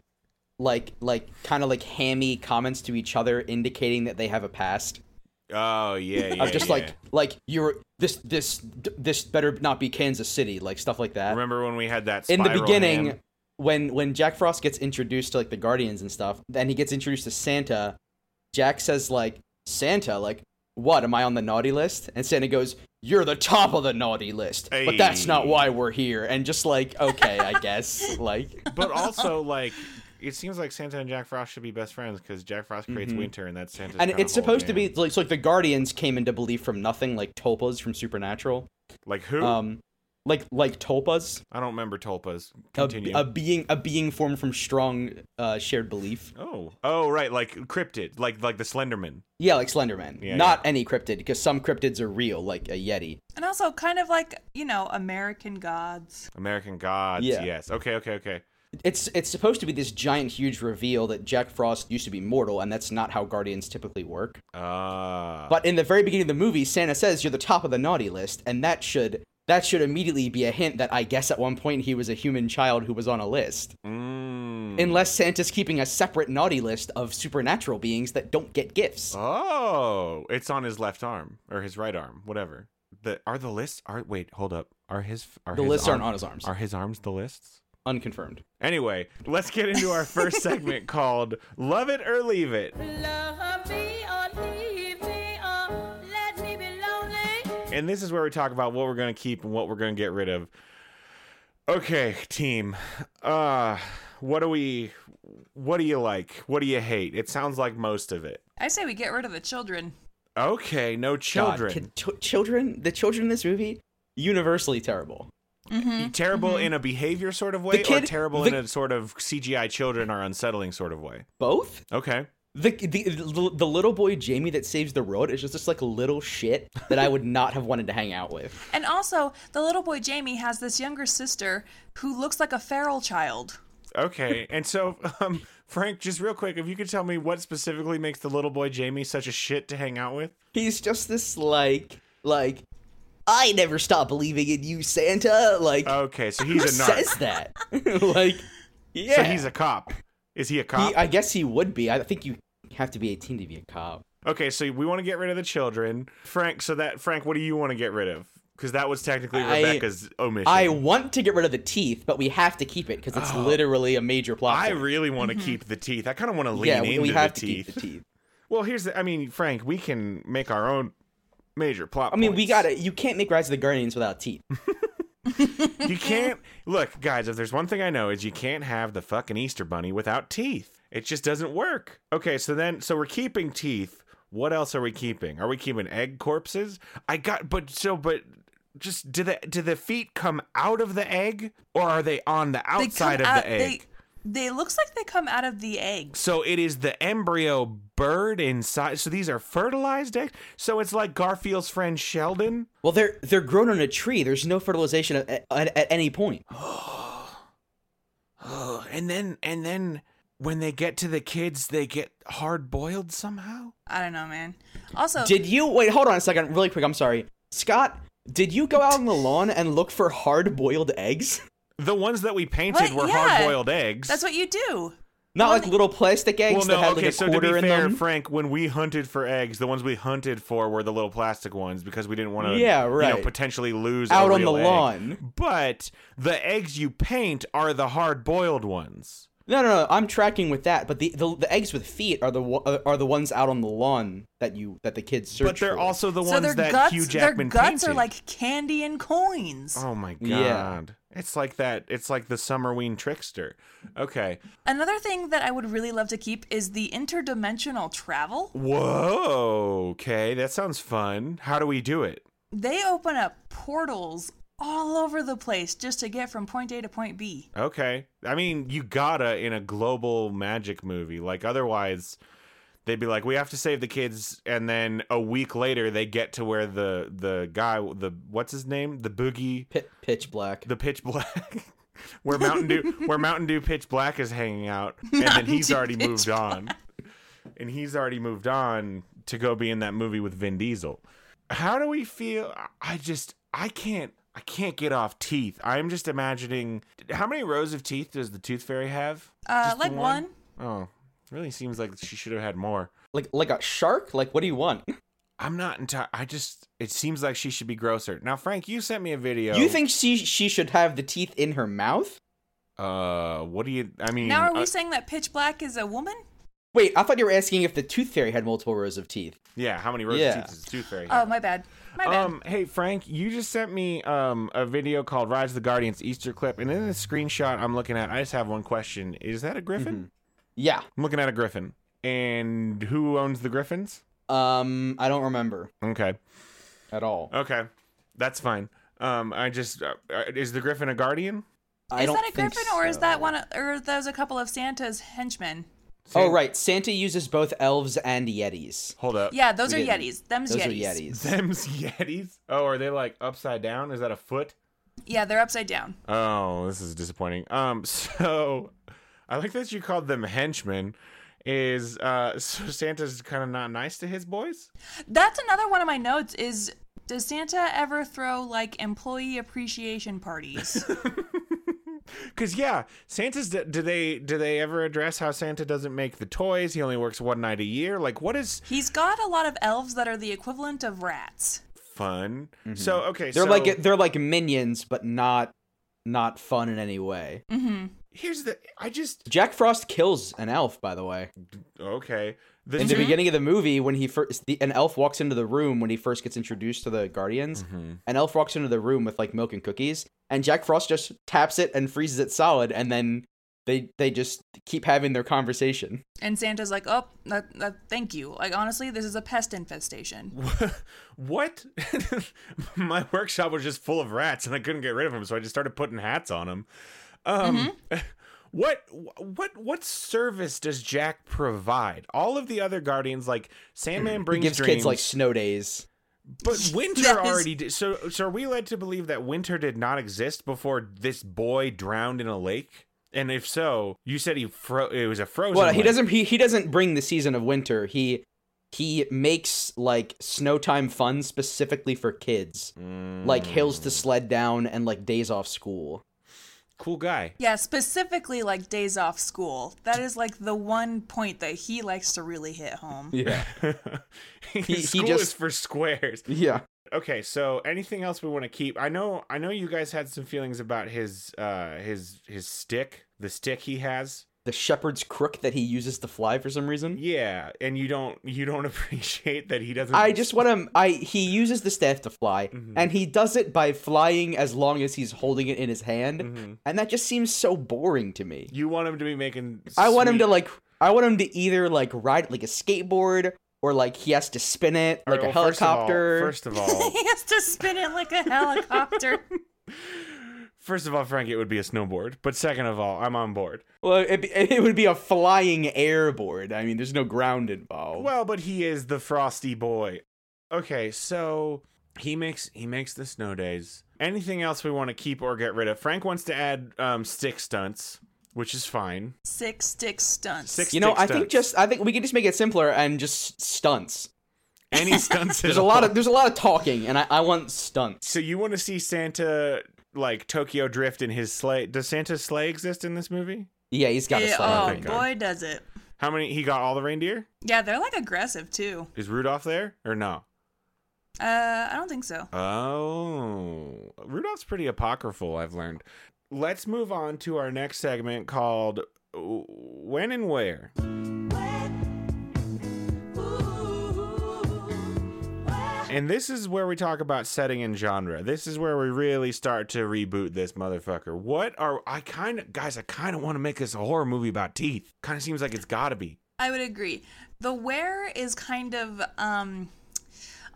Speaker 2: like like kind of like hammy comments to each other indicating that they have a past.
Speaker 1: Oh yeah, yeah.
Speaker 2: Of just
Speaker 1: yeah.
Speaker 2: like like you're this this this better not be Kansas City, like stuff like that.
Speaker 1: Remember when we had that
Speaker 2: in the
Speaker 1: spiral
Speaker 2: beginning
Speaker 1: hand?
Speaker 2: when when jack frost gets introduced to like the guardians and stuff then he gets introduced to santa jack says like santa like what am i on the naughty list and santa goes you're the top of the naughty list but that's not
Speaker 1: Hey.
Speaker 2: why we're here and just like okay i guess like
Speaker 1: But also like it seems like Santa and Jack Frost should be best friends because Jack Frost creates winter and that's Santa's.
Speaker 2: Mm-hmm. and
Speaker 1: kind of
Speaker 2: it's supposed to
Speaker 1: whole
Speaker 2: be
Speaker 1: jam.
Speaker 2: like so like the guardians came into belief from nothing like topaz from supernatural
Speaker 1: like who?
Speaker 2: um like like tulpas,
Speaker 1: I don't remember tulpas.
Speaker 2: a,
Speaker 1: Continue.
Speaker 2: a being a being formed from strong uh, shared belief.
Speaker 1: oh, oh, right, like cryptid, like like the Slenderman.
Speaker 2: Yeah, like Slenderman.
Speaker 1: Yeah,
Speaker 2: Not any cryptid, because some cryptids are real, like a yeti.
Speaker 3: And also kind of like, you know, American gods.
Speaker 1: American Gods.
Speaker 2: Yeah.
Speaker 1: Yes. Okay. Okay. Okay.
Speaker 2: It's it's supposed to be this giant, huge reveal that Jack Frost used to be mortal, and that's not how Guardians typically work.
Speaker 1: Uh,
Speaker 2: But in the very beginning of the movie, Santa says you're the top of the naughty list, and that should that should immediately be a hint that I guess at one point he was a human child who was on a list.
Speaker 1: mm.
Speaker 2: Unless Santa's keeping a separate naughty list of supernatural beings that don't get gifts.
Speaker 1: oh, it's on his left arm or his right arm, whatever. The are the lists are wait hold up are his are
Speaker 2: the
Speaker 1: his
Speaker 2: lists aren't
Speaker 1: arm-
Speaker 2: on his arms.
Speaker 1: are his arms the lists.
Speaker 2: Unconfirmed.
Speaker 1: Anyway, let's get into our first segment called "Love It or Leave It,"
Speaker 4: Love me or leave me or let me be lonely.
Speaker 1: and this is where we talk about what we're gonna keep and what we're gonna get rid of. Okay, team. Uh, what do we? What do you like? What do you hate? It sounds like most of it.
Speaker 3: I say we get rid of the children.
Speaker 1: Okay, no
Speaker 2: God,
Speaker 1: children.
Speaker 2: kid- ch- children, the children in this movie, universally terrible.
Speaker 1: terrible in a behavior sort of way or
Speaker 2: kid-
Speaker 1: terrible
Speaker 2: Mm-hmm. the-
Speaker 1: in a sort of CGI children are unsettling sort of way.
Speaker 2: Both
Speaker 1: Okay.
Speaker 2: the, the the the little boy Jamie that saves the world is just this like little shit that I would not have wanted to hang out with.
Speaker 3: And also, the little boy Jamie has this younger sister who looks like a feral child.
Speaker 1: Okay. And so um Frank, just real quick, if you could tell me what specifically makes the little boy Jamie such a shit to hang out with?
Speaker 2: He's just this like like I never stop believing in you, Santa. Like
Speaker 1: Okay, so
Speaker 2: who
Speaker 1: Oh, he's a narc.
Speaker 2: says that? like yeah,
Speaker 1: So he's a cop. Is he a cop?
Speaker 2: He- I guess he would be. I think you have to be 18 to be a cop.
Speaker 1: okay, so we want to get rid of the children. Frank, so that Frank, what do you want to get rid of? Because that was technically
Speaker 2: I-
Speaker 1: Rebecca's omission.
Speaker 2: I want to get rid of the teeth, but we have to keep it because it's literally a major plot.
Speaker 1: Oh. I
Speaker 2: point.
Speaker 1: really want to keep the teeth. I kind of want to lean
Speaker 2: Mm-hmm. yeah, we,
Speaker 1: into
Speaker 2: we have
Speaker 1: the
Speaker 2: to
Speaker 1: teeth.
Speaker 2: keep the teeth.
Speaker 1: Well, here's the. I mean, Frank, we can make our own major plot.
Speaker 2: I mean, we
Speaker 1: points.
Speaker 2: got to You can't make Rise of the Guardians without teeth.
Speaker 1: You can't look, guys. If there's one thing I know is you can't have the fucking Easter Bunny without teeth. It just doesn't work. Okay, so then, so we're keeping teeth. What else are we keeping? Are we keeping egg corpses? I got, but so, but just do the do the feet come out of the egg, or are they on the
Speaker 3: They come
Speaker 1: outside of
Speaker 3: out-
Speaker 1: the egg?
Speaker 3: They, they looks like they come out of the eggs.
Speaker 1: So it is the embryo bird inside. So these are fertilized eggs. So it's like Garfield's friend Sheldon.
Speaker 2: Well, they're they're grown on a tree. There's no fertilization at, at, at any point.
Speaker 1: Oh, and then and then when they get to the kids, they get hard boiled somehow.
Speaker 3: I don't know, man. Also,
Speaker 2: Did you wait? Hold on a second, really quick. I'm sorry, Scott. Did you go out on the lawn and look for hard-boiled eggs?
Speaker 1: The ones that we painted
Speaker 3: What?
Speaker 1: were
Speaker 3: Yeah.
Speaker 1: hard boiled eggs.
Speaker 3: that's what you do.
Speaker 2: Not
Speaker 3: Well,
Speaker 2: like little plastic eggs
Speaker 1: Well,
Speaker 2: that
Speaker 1: no,
Speaker 2: had
Speaker 1: okay.
Speaker 2: like a
Speaker 1: so to
Speaker 2: quarter
Speaker 1: be
Speaker 2: in
Speaker 1: fair,
Speaker 2: them.
Speaker 1: Frank, when we hunted for eggs, the ones we hunted for were the little plastic ones because we didn't want to,
Speaker 2: Yeah,
Speaker 1: you know,
Speaker 2: right.
Speaker 1: potentially lose a
Speaker 2: Out on
Speaker 1: real
Speaker 2: the
Speaker 1: egg.
Speaker 2: lawn.
Speaker 1: But the eggs you paint are the hard boiled ones.
Speaker 2: no, no, no. I'm tracking with that, but the, the the eggs with feet are the wo- uh, are the ones out on the lawn that you that the kids search.
Speaker 1: But they're
Speaker 2: for.
Speaker 1: also the
Speaker 3: So
Speaker 1: ones
Speaker 3: their
Speaker 1: that
Speaker 3: guts,
Speaker 1: Hugh
Speaker 3: their
Speaker 1: Jackman
Speaker 3: guts are
Speaker 1: painted.
Speaker 3: like candy and coins.
Speaker 1: Oh my god.
Speaker 2: Yeah.
Speaker 1: It's like that. It's like the Summerween trickster. Okay.
Speaker 3: Another thing that I would really love to keep is the interdimensional travel.
Speaker 1: Whoa. Okay. That sounds fun. How do we do it?
Speaker 3: They open up portals all over the place just to get from point A to point B.
Speaker 1: Okay. I mean, you gotta in a global magic movie. Like, otherwise, they'd be like, we have to save the kids. And then a week later, they get to where the, the guy, the, what's his name? The boogie,
Speaker 2: Pi- pitch black.
Speaker 1: the pitch black. Where Mountain Dew, where Mountain Dew Pitch Black is hanging out, and then he's already moved on, and he's already moved on to go be in that movie with Vin Diesel. How do we feel? I just I can't I can't get off teeth. I'm just imagining how many rows of teeth does the Tooth Fairy have?
Speaker 3: Uh,
Speaker 1: Just the
Speaker 3: like one.
Speaker 1: Oh, really seems like she should have had more.
Speaker 2: like like a shark. Like what do you want?
Speaker 1: I'm not entire. I just it seems like she should be grosser. Now, Frank, you sent me a video.
Speaker 2: You think she she should have the teeth in her mouth?
Speaker 1: Uh, what do you? I mean,
Speaker 3: Now are we
Speaker 1: uh,
Speaker 3: saying that Pitch Black is a woman?
Speaker 2: Wait, I thought you were asking if the tooth fairy had multiple rows of teeth.
Speaker 1: Yeah, how many rows
Speaker 2: Yeah.
Speaker 1: of teeth does the Tooth Fairy
Speaker 3: Oh,
Speaker 1: have?
Speaker 3: my bad. My bad.
Speaker 1: um, hey Frank, you just sent me um a video called "Rise of the Guardians" Easter clip, and in the screenshot I'm looking at, I just have one question: Is that a griffin?
Speaker 2: Yeah.
Speaker 1: I'm looking at a griffin, and who owns the griffins?
Speaker 2: Um, I don't remember
Speaker 1: Okay,
Speaker 2: at all.
Speaker 1: okay, that's fine. Um, I just uh, uh, is the Griffin a guardian?
Speaker 2: I
Speaker 3: is
Speaker 2: don't
Speaker 3: that a
Speaker 2: think
Speaker 3: griffin, or is
Speaker 2: so.
Speaker 3: that one? Or those a couple of Santa's henchmen?
Speaker 2: Oh right, Santa uses both elves and yetis.
Speaker 1: Hold up.
Speaker 3: Yeah, those
Speaker 2: We
Speaker 3: are
Speaker 2: didn't.
Speaker 3: Yetis. Them's
Speaker 2: Those
Speaker 3: Yetis.
Speaker 2: are yetis.
Speaker 1: Them's Yetis. Oh, are they like upside down? Is that a foot?
Speaker 3: Yeah, they're upside down.
Speaker 1: Oh, this is disappointing. Um, so I like that you called them henchmen. Is uh, so Santa's kind of not nice to his boys?
Speaker 3: That's another one of my notes. Is does Santa ever throw like employee appreciation parties?
Speaker 1: Cause yeah, Santa's. Do they do they ever address how Santa doesn't make the toys? He only works one night a year. Like, what is
Speaker 3: He's got a lot of elves that are the equivalent of rats.
Speaker 1: fun? So okay,
Speaker 2: Mm-hmm. They're
Speaker 1: so
Speaker 2: like they're like minions, but not not fun in any way.
Speaker 3: Mm-hmm.
Speaker 1: here's the. I just
Speaker 2: Jack Frost kills an elf, by the way.
Speaker 1: okay. The
Speaker 2: In
Speaker 1: two-
Speaker 2: the
Speaker 3: Mm-hmm.
Speaker 2: beginning of the movie, when he first the, an elf walks into the room when he first gets introduced to the Guardians,
Speaker 1: Mm-hmm.
Speaker 2: an elf walks into the room with like milk and cookies, and Jack Frost just taps it and freezes it solid, and then they they just keep having their conversation.
Speaker 3: And Santa's like, oh, that, that, thank you. Like honestly, this is a pest infestation.
Speaker 1: what? My workshop was just full of rats, and I couldn't get rid of them, so I just started putting hats on them. Um,
Speaker 2: Mm-hmm.
Speaker 1: what what what service does Jack provide? All of the other guardians, like Sandman, brings
Speaker 2: Hmm. He gives
Speaker 1: dreams,
Speaker 2: kids like snow days.
Speaker 1: but Winter
Speaker 3: Yes.
Speaker 1: already did. So so are we led to believe that Winter did not exist before this boy drowned in a lake? And if so, you said he fro- it was a frozen.
Speaker 2: Well, he
Speaker 1: lake.
Speaker 2: doesn't he, he doesn't bring the season of winter. He he makes like snow time fun specifically for kids. Like hills
Speaker 1: Mm.
Speaker 2: to sled down and like days off school.
Speaker 1: Cool guy.
Speaker 3: Yeah, specifically like days off school. That is like the one point that he likes to really hit home.
Speaker 2: Yeah.
Speaker 1: he, School
Speaker 2: just-
Speaker 1: is for squares.
Speaker 2: yeah.
Speaker 1: Okay, so anything else we want to keep? I know I know you guys had some feelings about his uh his his stick, the stick he has.
Speaker 2: The shepherd's crook that he uses to fly for some reason.
Speaker 1: Yeah, and you don't you don't appreciate that he doesn't
Speaker 2: I just want to I he uses the staff to fly
Speaker 1: Mm-hmm.
Speaker 2: and he does it by flying as long as he's holding it in his hand
Speaker 1: Mm-hmm.
Speaker 2: and that just seems so boring to me.
Speaker 1: you want him to be making
Speaker 2: I want him to
Speaker 1: sweet-
Speaker 2: like I want him to either like ride like a skateboard or like he has to spin it
Speaker 1: All
Speaker 2: like
Speaker 1: right,
Speaker 2: a
Speaker 1: well, first of all-
Speaker 2: helicopter.
Speaker 1: First of all,
Speaker 3: he has to spin it like a helicopter.
Speaker 1: first of all, Frank, it would be a snowboard. But second of all, I'm on board.
Speaker 2: Well, it, it would be a flying airboard. I mean, there's no ground involved.
Speaker 1: Well, but he is the frosty boy. Okay, so he makes he makes the snow days. Anything else we want to keep or get rid of? Frank wants to add um, stick stunts, which is fine.
Speaker 3: Six stick stunts.
Speaker 1: Six-
Speaker 2: you know, I
Speaker 1: sticks
Speaker 2: think
Speaker 1: stunts.
Speaker 2: just I think we could just make it simpler and just stunts.
Speaker 1: Any stunts?
Speaker 2: There's a lot of there's a lot of talking, and I, I want stunts.
Speaker 1: So you want to see Santa like Tokyo Drift in his sleigh? Does Santa's sleigh exist in this movie?
Speaker 2: Yeah, he's got a
Speaker 3: Yeah,
Speaker 2: slide.
Speaker 3: oh
Speaker 1: thank God.
Speaker 3: boy, does it.
Speaker 1: How many? He got all the reindeer.
Speaker 3: Yeah, they're like aggressive too.
Speaker 1: Is Rudolph there or no?
Speaker 3: Uh, I don't think so.
Speaker 1: Oh, Rudolph's pretty apocryphal. I've learned. Let's move on to our next segment called "When and Where." And this is where we talk about setting and genre. This is where we really start to reboot this motherfucker. What are I kind of guys? I kind of want to make this a horror movie about teeth. Kind of seems like it's got to be.
Speaker 3: I would agree. The where is kind of um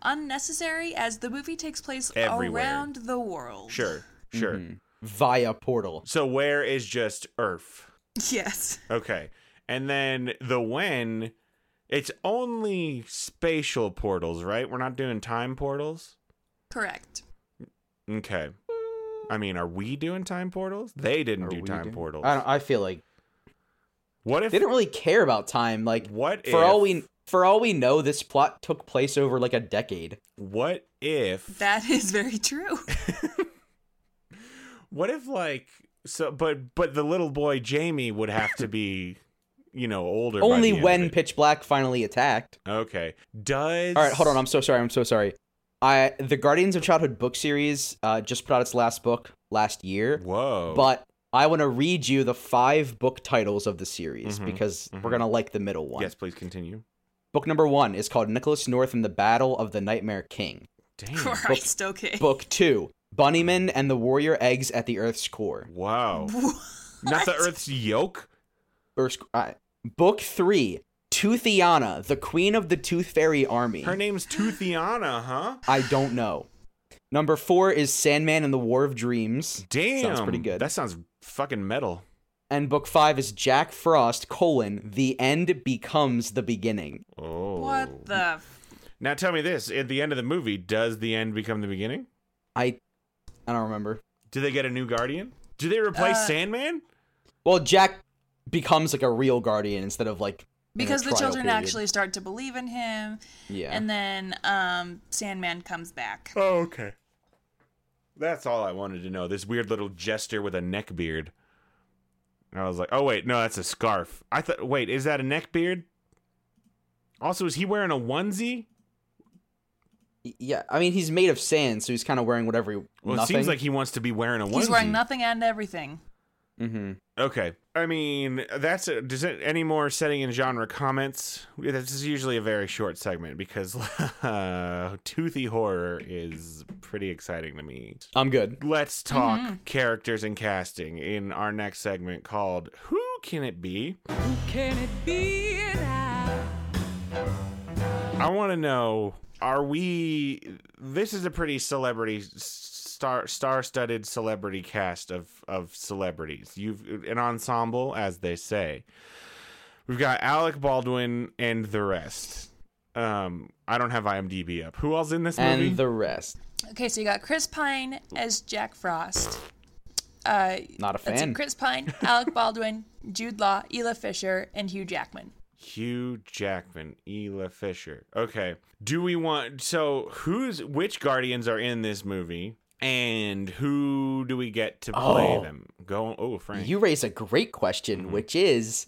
Speaker 3: unnecessary as the movie takes place
Speaker 1: Everywhere.
Speaker 3: around the world.
Speaker 1: Sure, sure.
Speaker 2: Mm-hmm. Hmm. via portal.
Speaker 1: So where is just Earth?
Speaker 3: Yes.
Speaker 1: Okay, and then the when. It's only spatial portals, right? We're not doing time portals.
Speaker 3: Correct.
Speaker 1: Okay. I mean, are we doing time portals? They didn't
Speaker 2: Are
Speaker 1: do
Speaker 2: we
Speaker 1: time
Speaker 2: doing-
Speaker 1: portals.
Speaker 2: I don't, I feel like
Speaker 1: what if
Speaker 2: they don't really care about time. Like
Speaker 1: What
Speaker 2: for
Speaker 1: if-
Speaker 2: all we for all we know, this plot took place over like a decade.
Speaker 1: what if
Speaker 3: That is very true.
Speaker 1: What if like so but but the little boy Jamie would have to be you know older by
Speaker 2: Only
Speaker 1: the end
Speaker 2: when
Speaker 1: of it.
Speaker 2: Pitch Black finally attacked.
Speaker 1: Okay. Does
Speaker 2: All right, hold on. I'm so sorry. I'm so sorry. I the Guardians of Childhood book series uh, just put out its last book last year,
Speaker 1: Whoa.
Speaker 2: but I want to read you the five book titles of the series
Speaker 1: Mhm,
Speaker 2: because
Speaker 1: mhm.
Speaker 2: we're gonna like the middle one.
Speaker 1: Yes, please continue.
Speaker 2: Book number one is called Nicholas North and the Battle of the Nightmare King.
Speaker 1: Damn.
Speaker 3: Christ, okay.
Speaker 2: Book two, Bunnyman and the Warrior Eggs at the Earth's Core.
Speaker 1: Wow. Not the Earth's yoke?
Speaker 2: Earth's, uh, book three, Toothiana, the Queen of the Tooth Fairy Army.
Speaker 1: Her name's Toothiana, huh?
Speaker 2: I don't know. Number four is Sandman and the War of Dreams.
Speaker 1: Damn.
Speaker 2: Sounds pretty good.
Speaker 1: That sounds fucking metal.
Speaker 2: And book five is Jack Frost, colon, the end becomes the beginning.
Speaker 1: Oh.
Speaker 3: What the? F-
Speaker 1: Now tell me this: at the end of the movie, does the end become the beginning?
Speaker 2: I I don't remember.
Speaker 1: Do they get a new guardian? Do they replace
Speaker 3: Uh,
Speaker 1: Sandman?
Speaker 2: Well, Jack becomes like a real guardian instead of like in a
Speaker 3: because the
Speaker 2: trial
Speaker 3: children
Speaker 2: period.
Speaker 3: actually start to believe in him,
Speaker 2: Yeah.
Speaker 3: and then um, Sandman comes back.
Speaker 1: Oh, okay. That's all I wanted to know. This weird little jester with a neck beard. And I was like, oh wait, no, that's a scarf. I thought, wait, is that a neck beard? Also, is he wearing a onesie?
Speaker 2: yeah, I mean he's made of sand, so he's kind of wearing whatever he
Speaker 1: Well,
Speaker 2: nothing.
Speaker 1: it seems like he wants to be wearing a onesie.
Speaker 3: He's wearing nothing and everything.
Speaker 2: mm-hmm.
Speaker 1: Okay. I mean, that's a, does it, any more setting and genre comments? This is usually a very short segment because uh, toothy horror is pretty exciting to me.
Speaker 2: I'm good.
Speaker 1: Let's talk characters and casting in our next segment called Who Can It Be?
Speaker 4: Can it be that?
Speaker 1: I want to know are we this is a pretty celebrity star star-studded celebrity cast of of celebrities. You've an ensemble as they say. We've got Alec Baldwin and the rest. Um I don't have IMDb up. Who all's in this
Speaker 2: And
Speaker 1: movie?
Speaker 2: the rest.
Speaker 3: Okay, so you got Chris Pine as Jack Frost. Uh,
Speaker 2: Not a
Speaker 3: that's
Speaker 2: fan.
Speaker 3: Chris Pine, Alec Baldwin, Jude Law, Ela Fisher, and Hugh Jackman.
Speaker 1: Hugh Jackman, Ela Fisher. Okay. Do we want so who's which guardians are in this movie and who do we get to play
Speaker 2: Oh.
Speaker 1: them? Go oh Frank.
Speaker 2: You raise a great question,
Speaker 1: Mm-hmm.
Speaker 2: which is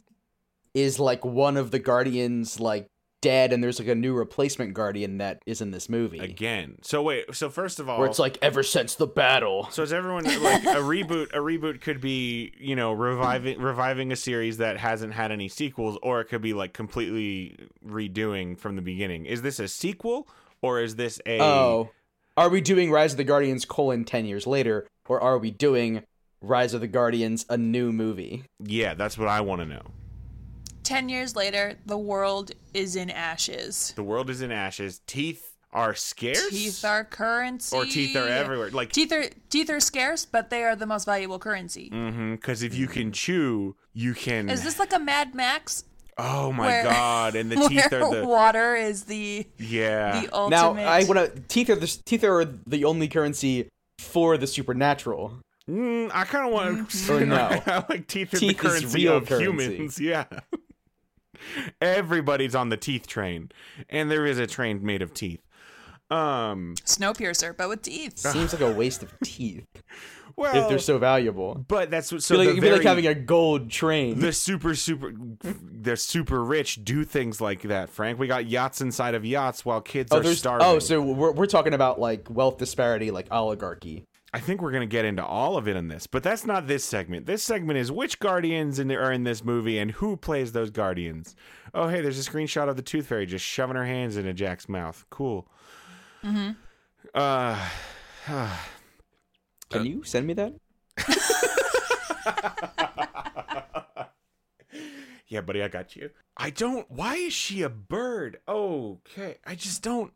Speaker 2: is like one of the guardians like dead and there's like a new replacement guardian that is in this movie.
Speaker 1: again. So wait, so first of all,
Speaker 2: Where it's like ever since the battle.
Speaker 1: so is everyone like a reboot? A reboot could be you know reviving reviving a series that hasn't had any sequels, or it could be like completely redoing from the beginning. Is this a sequel or is this a
Speaker 2: Oh. Are we doing Rise of the Guardians colon ten years later, or are we doing Rise of the Guardians a new movie?
Speaker 1: yeah? That's what I want to know.
Speaker 3: Ten years later, the world is in ashes.
Speaker 1: The world is in ashes. Teeth are scarce.
Speaker 3: Teeth are currency.
Speaker 1: or teeth are everywhere. Like
Speaker 3: Teeth are teeth are scarce, but they are the most valuable currency.
Speaker 1: Mm. because mm-hmm, if you
Speaker 2: Mm-hmm.
Speaker 1: can chew, you can.
Speaker 3: Is this like a Mad Max?
Speaker 1: oh my
Speaker 3: where-
Speaker 1: god! And the teeth
Speaker 3: where
Speaker 1: are the
Speaker 3: water is the
Speaker 1: yeah.
Speaker 3: the ultimate.
Speaker 2: Now I want to teeth are the teeth are the only currency for the supernatural.
Speaker 1: Mm, I kind of want to.
Speaker 2: Or Oh, no.
Speaker 1: I like teeth, is the
Speaker 2: Teeth is
Speaker 1: currency
Speaker 2: real
Speaker 1: of
Speaker 2: currency.
Speaker 1: humans. Yeah. Everybody's on the teeth train, and there is a train made of teeth. Um.
Speaker 3: Snowpiercer, but with teeth.
Speaker 2: Seems like a waste of teeth
Speaker 1: Well,
Speaker 2: if they're so valuable.
Speaker 1: but that's what. Oh. So
Speaker 2: It'd be like,
Speaker 1: the
Speaker 2: it'd be like
Speaker 1: very-
Speaker 2: having a gold train.
Speaker 1: the super super the super rich do things like that. Frank, we got yachts inside of yachts while kids
Speaker 2: oh,
Speaker 1: are
Speaker 2: there's,
Speaker 1: starving.
Speaker 2: oh, so we're we're talking about like wealth disparity, like oligarchy.
Speaker 1: I think we're gonna get into all of it in this, but that's not this segment. This segment is which guardians in are in this movie and who plays those guardians. Oh, hey, there's a screenshot of the Tooth Fairy just shoving her hands into Jack's mouth. Cool. Mm-hmm. Uh,
Speaker 2: Can you send me that?
Speaker 1: yeah, buddy, I got you. I don't. Why is she a bird? Okay, I just don't.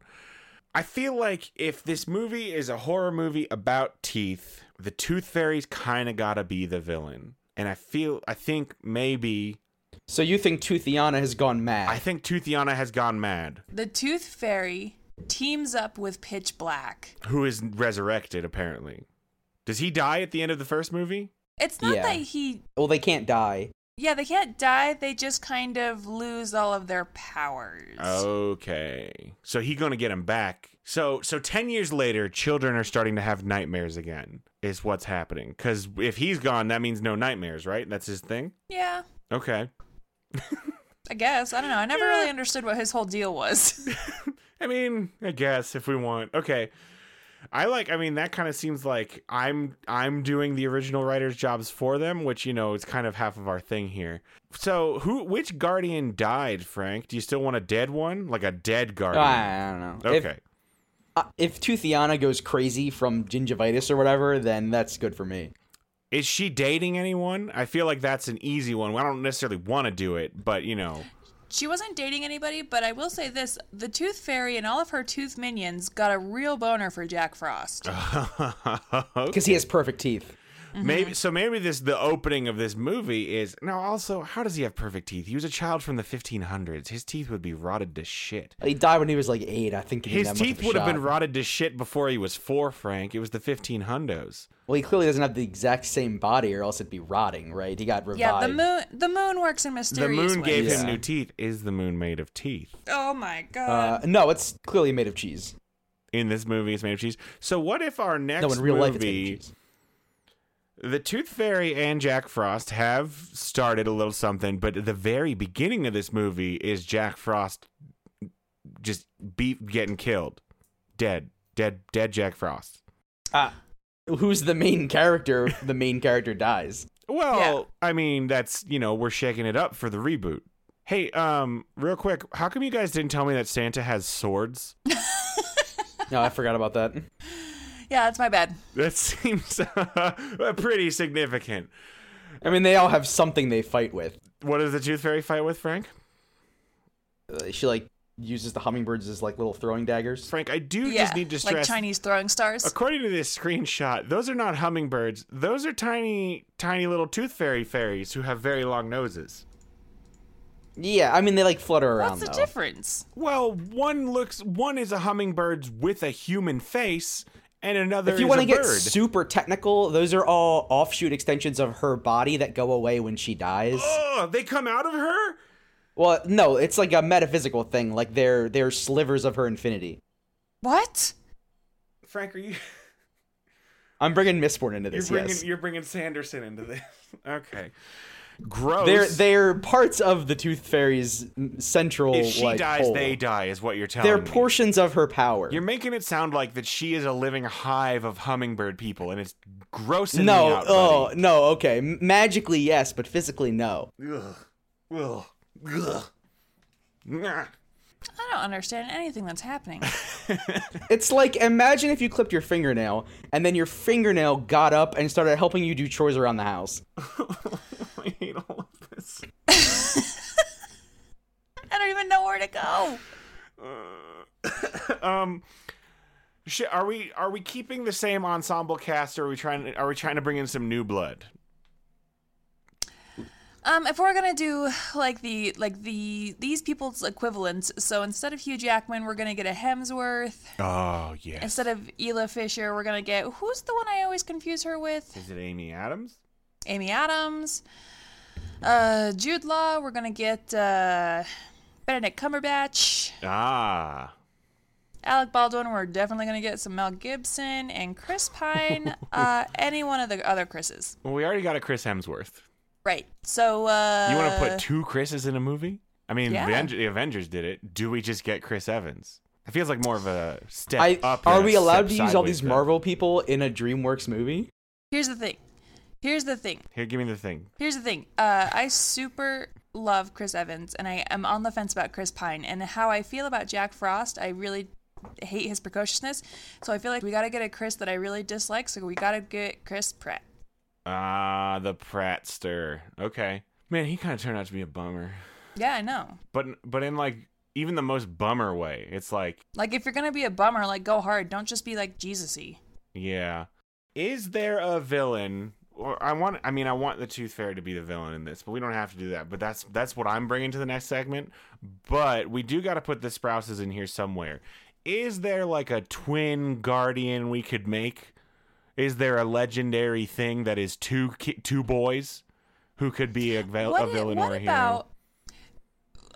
Speaker 1: I feel like if this movie is a horror movie about teeth, the Tooth Fairy's kind of gotta be the villain. And I feel, I think maybe
Speaker 2: So you think Toothiana has gone mad?
Speaker 1: I think Toothiana has gone mad,
Speaker 3: The Tooth Fairy teams up with Pitch Black.
Speaker 1: who is resurrected apparently. Does he die at the end of the first movie?
Speaker 3: It's not
Speaker 2: Yeah.
Speaker 3: that he.
Speaker 2: well, they can't die.
Speaker 3: Yeah, they can't die. They just kind of lose all of their powers.
Speaker 1: Oh. Okay. So he gonna get him back. So so ten years later, children are starting to have nightmares again, is what's happening. Because if he's gone, that means no nightmares, right? That's his thing?
Speaker 3: Yeah,
Speaker 1: Okay.
Speaker 3: I guess. I don't know. I never really understood what his whole deal was.
Speaker 1: I mean, I guess if we want. Okay. I like I mean that kind of seems like I'm I'm doing the original writers jobs for them, which you know is kind of half of our thing here. So, who which guardian died, Frank? Do you still want a dead one? Like a dead guardian.
Speaker 2: I don't know. If-
Speaker 1: okay.
Speaker 2: uh, if Toothiana goes crazy from gingivitis or whatever, then that's good for me.
Speaker 1: Is she dating anyone? I feel like that's an easy one. I don't necessarily want to do it, but you know,
Speaker 3: She wasn't dating anybody, but I will say this the Tooth Fairy and all of her tooth minions got a real boner for Jack Frost.
Speaker 2: because he has perfect teeth. Mm-hmm.
Speaker 1: Maybe so. Maybe this the opening of this movie is now. Also, how does he have perfect teeth? He was a child from the 1500s. His teeth would be rotted to shit.
Speaker 2: He died when he was like eight. I think he didn't
Speaker 1: His
Speaker 2: have much of
Speaker 1: teeth
Speaker 2: a
Speaker 1: would have been
Speaker 2: shot.
Speaker 1: rotted to shit before he was four, Frank. It was the 1500s.
Speaker 2: Well, he clearly doesn't have the exact same body, or else it'd be rotting, right? He got revived.
Speaker 3: yeah, the moon the moon works in
Speaker 1: The
Speaker 3: mysterious
Speaker 1: moon gave
Speaker 3: ways.
Speaker 1: him
Speaker 2: Yeah.
Speaker 1: new teeth. Is the moon made of teeth?
Speaker 3: Oh my
Speaker 2: Uh,
Speaker 3: god.
Speaker 2: no, it's clearly made of cheese.
Speaker 1: In this movie, it's made of cheese. So what if our next
Speaker 2: No, in real
Speaker 1: movie,
Speaker 2: life, it's made of cheese.
Speaker 1: The Tooth Fairy and Jack Frost have started a little something, but at the very beginning of this movie is Jack Frost just be getting killed. Dead. Dead dead Jack Frost.
Speaker 2: Ah, who's the main character? the main character dies.
Speaker 1: Well, I mean, that's you know, we're shaking it up for the reboot. Hey, um, real quick, how come you guys didn't tell me that Santa has swords?
Speaker 2: No, I forgot about that.
Speaker 3: yeah, that's my bad.
Speaker 1: That seems uh, pretty significant.
Speaker 2: I mean, they all have something they fight with.
Speaker 1: What does the Tooth Fairy fight with, Frank?
Speaker 2: Uh, she like uses the hummingbirds as like little throwing daggers.
Speaker 1: Frank, I do
Speaker 3: Yeah,
Speaker 1: just need to
Speaker 3: like
Speaker 1: stress
Speaker 3: Chinese throwing stars.
Speaker 1: According to this screenshot, those are not hummingbirds. Those are tiny, tiny little tooth fairy fairies who have very long noses.
Speaker 2: Yeah, I mean they like flutter around
Speaker 3: What's the
Speaker 2: though.
Speaker 3: difference?
Speaker 1: Well, one looks, one is a hummingbird with a human face, and another
Speaker 2: if you
Speaker 1: is
Speaker 2: want
Speaker 1: a
Speaker 2: to get
Speaker 1: bird.
Speaker 2: super technical, those are all offshoot extensions of her body that go away when she
Speaker 1: Ugh,
Speaker 2: dies.
Speaker 1: Oh, they come out of her.
Speaker 2: Well, no, it's like a metaphysical thing. Like they're they're slivers of her infinity.
Speaker 3: What?
Speaker 1: Frank, are you?
Speaker 2: I'm bringing Mistborn into
Speaker 1: You're
Speaker 2: this.
Speaker 1: bringing,
Speaker 2: yes,
Speaker 1: you're bringing Sanderson into this. okay. Gross.
Speaker 2: they're they're parts of the Tooth Fairy's central.
Speaker 1: if she
Speaker 2: like,
Speaker 1: dies,
Speaker 2: whole.
Speaker 1: they die. Is what you're telling
Speaker 2: They're
Speaker 1: me.
Speaker 2: portions of her power.
Speaker 1: You're making it sound like that she is a living hive of hummingbird people, and it's grossing
Speaker 2: no,
Speaker 1: me out.
Speaker 2: oh
Speaker 1: buddy.
Speaker 2: no, okay. M- Magically, yes, but physically, no.
Speaker 1: Ugh. Ugh. Ugh. Nah.
Speaker 3: I don't understand anything that's happening.
Speaker 2: It's like imagine if you clipped your fingernail and then your fingernail got up and started helping you do chores around the house.
Speaker 1: I hate all of this.
Speaker 3: I don't even know where to go.
Speaker 1: Um, Shit, are we are we keeping the same ensemble cast, or are we trying to, are we trying to bring in some new blood?
Speaker 3: Um, if we're gonna do like the like the these people's equivalents, so instead of Hugh Jackman, we're gonna get a Hemsworth.
Speaker 1: Oh yeah.
Speaker 3: Instead of Ela Fisher, we're gonna get who's the one I always confuse her with?
Speaker 1: Is it Amy Adams?
Speaker 3: Amy Adams. Uh, Jude Law. We're gonna get uh, Benedict Cumberbatch.
Speaker 1: Ah.
Speaker 3: Alec Baldwin. We're definitely gonna get some Mel Gibson and Chris Pine. uh, any one of the other Chris's.
Speaker 1: Well, we already got a Chris Hemsworth.
Speaker 3: Right. So uh,
Speaker 1: You want to put two Chris's in a movie? I mean,
Speaker 3: yeah.
Speaker 1: the, Aven- the Avengers did it. Do we just get Chris Evans? It feels like more of a step
Speaker 2: I,
Speaker 1: up.
Speaker 2: are
Speaker 1: than a
Speaker 2: we allowed
Speaker 1: step
Speaker 2: to use all
Speaker 1: sideways,
Speaker 2: these
Speaker 1: though.
Speaker 2: Marvel people in a DreamWorks movie?
Speaker 3: Here's the thing. Here's the thing.
Speaker 1: Here, give me the thing.
Speaker 3: Here's the thing. Uh, I super love Chris Evans, and I am on the fence about Chris Pine. And how I feel about Jack Frost, I really hate his precociousness. So I feel like we got to get a Chris that I really dislike. So we got to get Chris Pratt.
Speaker 1: Ah, the Prattster. Okay, man, he kind of turned out to be a bummer,
Speaker 3: Yeah, I know.
Speaker 1: but but in like even the most bummer way. It's like,
Speaker 3: Like if you're gonna be a bummer, like go hard. Don't just be like Jesusy.
Speaker 1: yeah, is there a villain? Or I want, I mean, I want the Tooth Fairy to be the villain in this, but we don't have to do that. But that's that's what I'm bringing to the next segment. But we do got to put the Sprouses in here somewhere. Is there like a twin guardian we could make? Is there a legendary thing that is two ki- two boys who could be a, vil- a
Speaker 3: What, i-
Speaker 1: villain
Speaker 3: what
Speaker 1: or a hero?
Speaker 3: about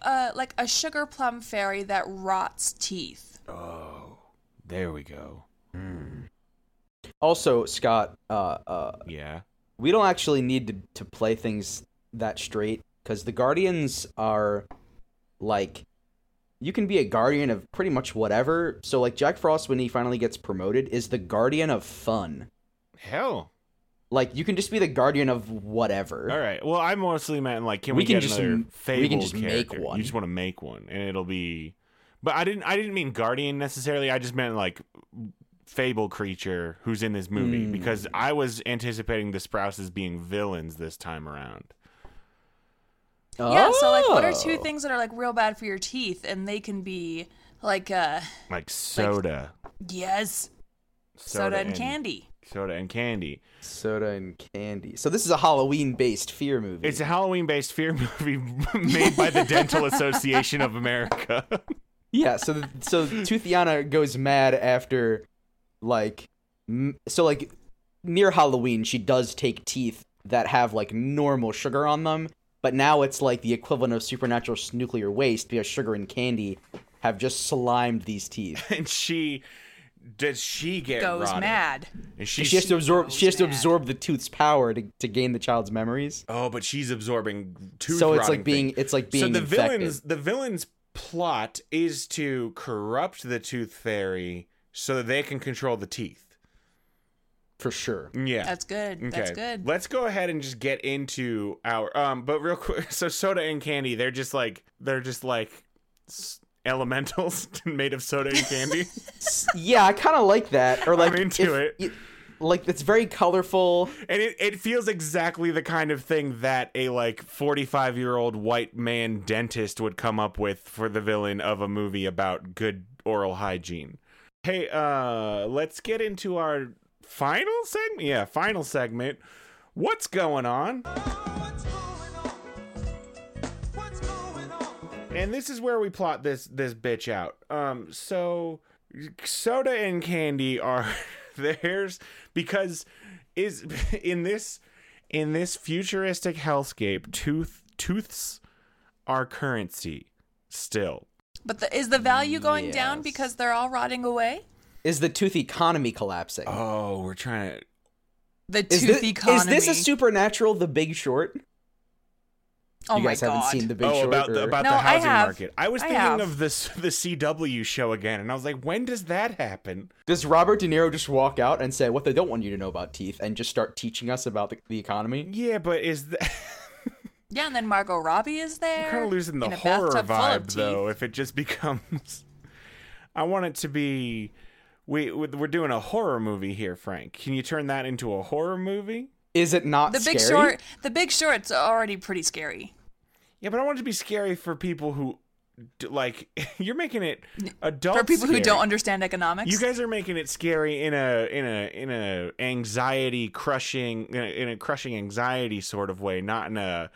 Speaker 3: uh, like a sugar plum fairy that rots teeth?
Speaker 1: Oh, there we go.
Speaker 2: Also, Scott, uh, uh,
Speaker 1: Yeah.
Speaker 2: we don't actually need to, to play things that straight because the Guardians are like you can be a guardian of pretty much whatever. So like Jack Frost when he finally gets promoted is the guardian of fun.
Speaker 1: Hell.
Speaker 2: Like you can just be the guardian of whatever.
Speaker 1: All right. Well, I mostly meant like, can we,
Speaker 2: We can
Speaker 1: get
Speaker 2: just
Speaker 1: another
Speaker 2: m-
Speaker 1: fabled
Speaker 2: we can just make
Speaker 1: character?
Speaker 2: one.
Speaker 1: You just want to make one, and it'll be. But I didn't. I didn't mean guardian necessarily. I just meant like fable creature who's in this movie
Speaker 2: Mm.
Speaker 1: because I was anticipating the Sprouses being villains this time around.
Speaker 3: Yeah, so like what are
Speaker 2: Oh.
Speaker 3: two things that are like real bad for your teeth and they can be like uh
Speaker 1: Like soda.
Speaker 3: yes, soda, and candy.
Speaker 1: Soda and candy.
Speaker 2: Soda and candy. So this is a Halloween-based fear movie.
Speaker 1: It's a Halloween based fear movie made by the Dental Association of America.
Speaker 2: yeah. So th- so Toothiana goes mad after, like, m- so like near Halloween she does take teeth that have like normal sugar on them, but now it's like the equivalent of supernatural s- nuclear waste because sugar and candy have just slimed these teeth.
Speaker 1: and she does she get
Speaker 3: Goes
Speaker 1: rotted?
Speaker 3: mad.
Speaker 1: And she's,
Speaker 2: she has to absorb. She has to
Speaker 3: mad.
Speaker 2: absorb the tooth's power to, to gain the child's memories.
Speaker 1: Oh, but she's absorbing tooth
Speaker 2: so it's
Speaker 1: rotting
Speaker 2: like being.
Speaker 1: thing.
Speaker 2: It's like being.
Speaker 1: so the
Speaker 2: infected.
Speaker 1: villains the villains plot is to corrupt the tooth fairy so that they can control the teeth
Speaker 2: for sure.
Speaker 1: yeah
Speaker 3: That's good. That's good.
Speaker 1: Let's go ahead and just get into our um but real quick so soda and candy they're just like they're just like s- elementals made of soda and candy.
Speaker 2: yeah, I kind of like that. Or like
Speaker 1: into
Speaker 2: if
Speaker 1: it.
Speaker 2: you- like it's very colorful.
Speaker 1: and it, it feels exactly the kind of thing that a like 45 year old white man dentist would come up with for the villain of a movie about good oral hygiene hey uh let's get into our final segment yeah final segment what's going on and this is where we plot this this bitch out um so soda and candy are theirs because is in this in this futuristic hellscape tooth tooths are currency still
Speaker 3: But the, is the value going
Speaker 1: Mm,
Speaker 3: down because they're all rotting away?
Speaker 2: Is the tooth economy collapsing?
Speaker 1: oh we're trying to
Speaker 3: The
Speaker 2: is,
Speaker 3: tooth
Speaker 2: this,
Speaker 3: economy.
Speaker 2: is this a supernatural The Big Short?
Speaker 3: Oh
Speaker 2: you
Speaker 3: my
Speaker 2: guys haven't
Speaker 3: god.
Speaker 2: seen The Big
Speaker 1: oh
Speaker 2: Short.
Speaker 1: about the
Speaker 2: or-
Speaker 1: about
Speaker 3: No,
Speaker 1: the
Speaker 3: I
Speaker 1: housing
Speaker 3: have.
Speaker 1: market i was
Speaker 3: I
Speaker 1: thinking
Speaker 3: have.
Speaker 1: of this the cw show again and i was like when does that happen
Speaker 2: Does Robert De Niro just walk out and say what they don't want you to know about teeth and just start teaching us about the, the economy?
Speaker 1: yeah but is that
Speaker 3: yeah, and then Margot Robbie is there.
Speaker 1: I'm kind of losing the
Speaker 3: in a
Speaker 1: horror
Speaker 3: bathtub full of
Speaker 1: vibe
Speaker 3: teeth.
Speaker 1: though. If it just becomes, I want it to be. We we're doing a horror movie here, Frank. Can you turn that into a horror movie?
Speaker 2: Is it not
Speaker 3: The Big
Speaker 2: scary?
Speaker 3: Short. The Big Short's already pretty scary.
Speaker 1: Yeah, but I want it to be scary for people who, d- like, you're making it adult
Speaker 3: For people
Speaker 1: Oh, scary.
Speaker 3: who don't understand economics.
Speaker 1: You guys are making it scary in a in a in a anxiety crushing in a, in a crushing anxiety sort of way, not in a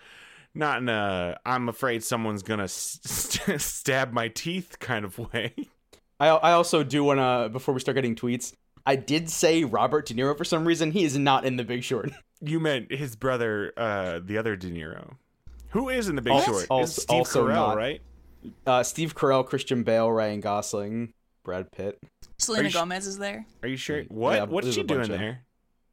Speaker 1: not in a I'm afraid someone's gonna st- stab my teeth kind of way.
Speaker 2: I, I also do want to before we start getting tweets. I did say Robert De Niro for some reason. He is not in The Big Short.
Speaker 1: You meant his brother, uh, the other De Niro, who is in The Big
Speaker 2: Al-
Speaker 1: Short.
Speaker 2: al-
Speaker 1: It's Steve
Speaker 2: also
Speaker 1: Carell,
Speaker 2: not.
Speaker 1: right?
Speaker 2: Uh, Steve Carell, Christian Bale, Ryan Gosling, Brad Pitt.
Speaker 1: Are you
Speaker 3: Selena
Speaker 1: sh-
Speaker 3: Gomez is there.
Speaker 1: Are you sure? What?
Speaker 2: Yeah,
Speaker 1: What's
Speaker 2: there's
Speaker 1: she
Speaker 2: a bunch
Speaker 1: doing
Speaker 2: of-
Speaker 1: there?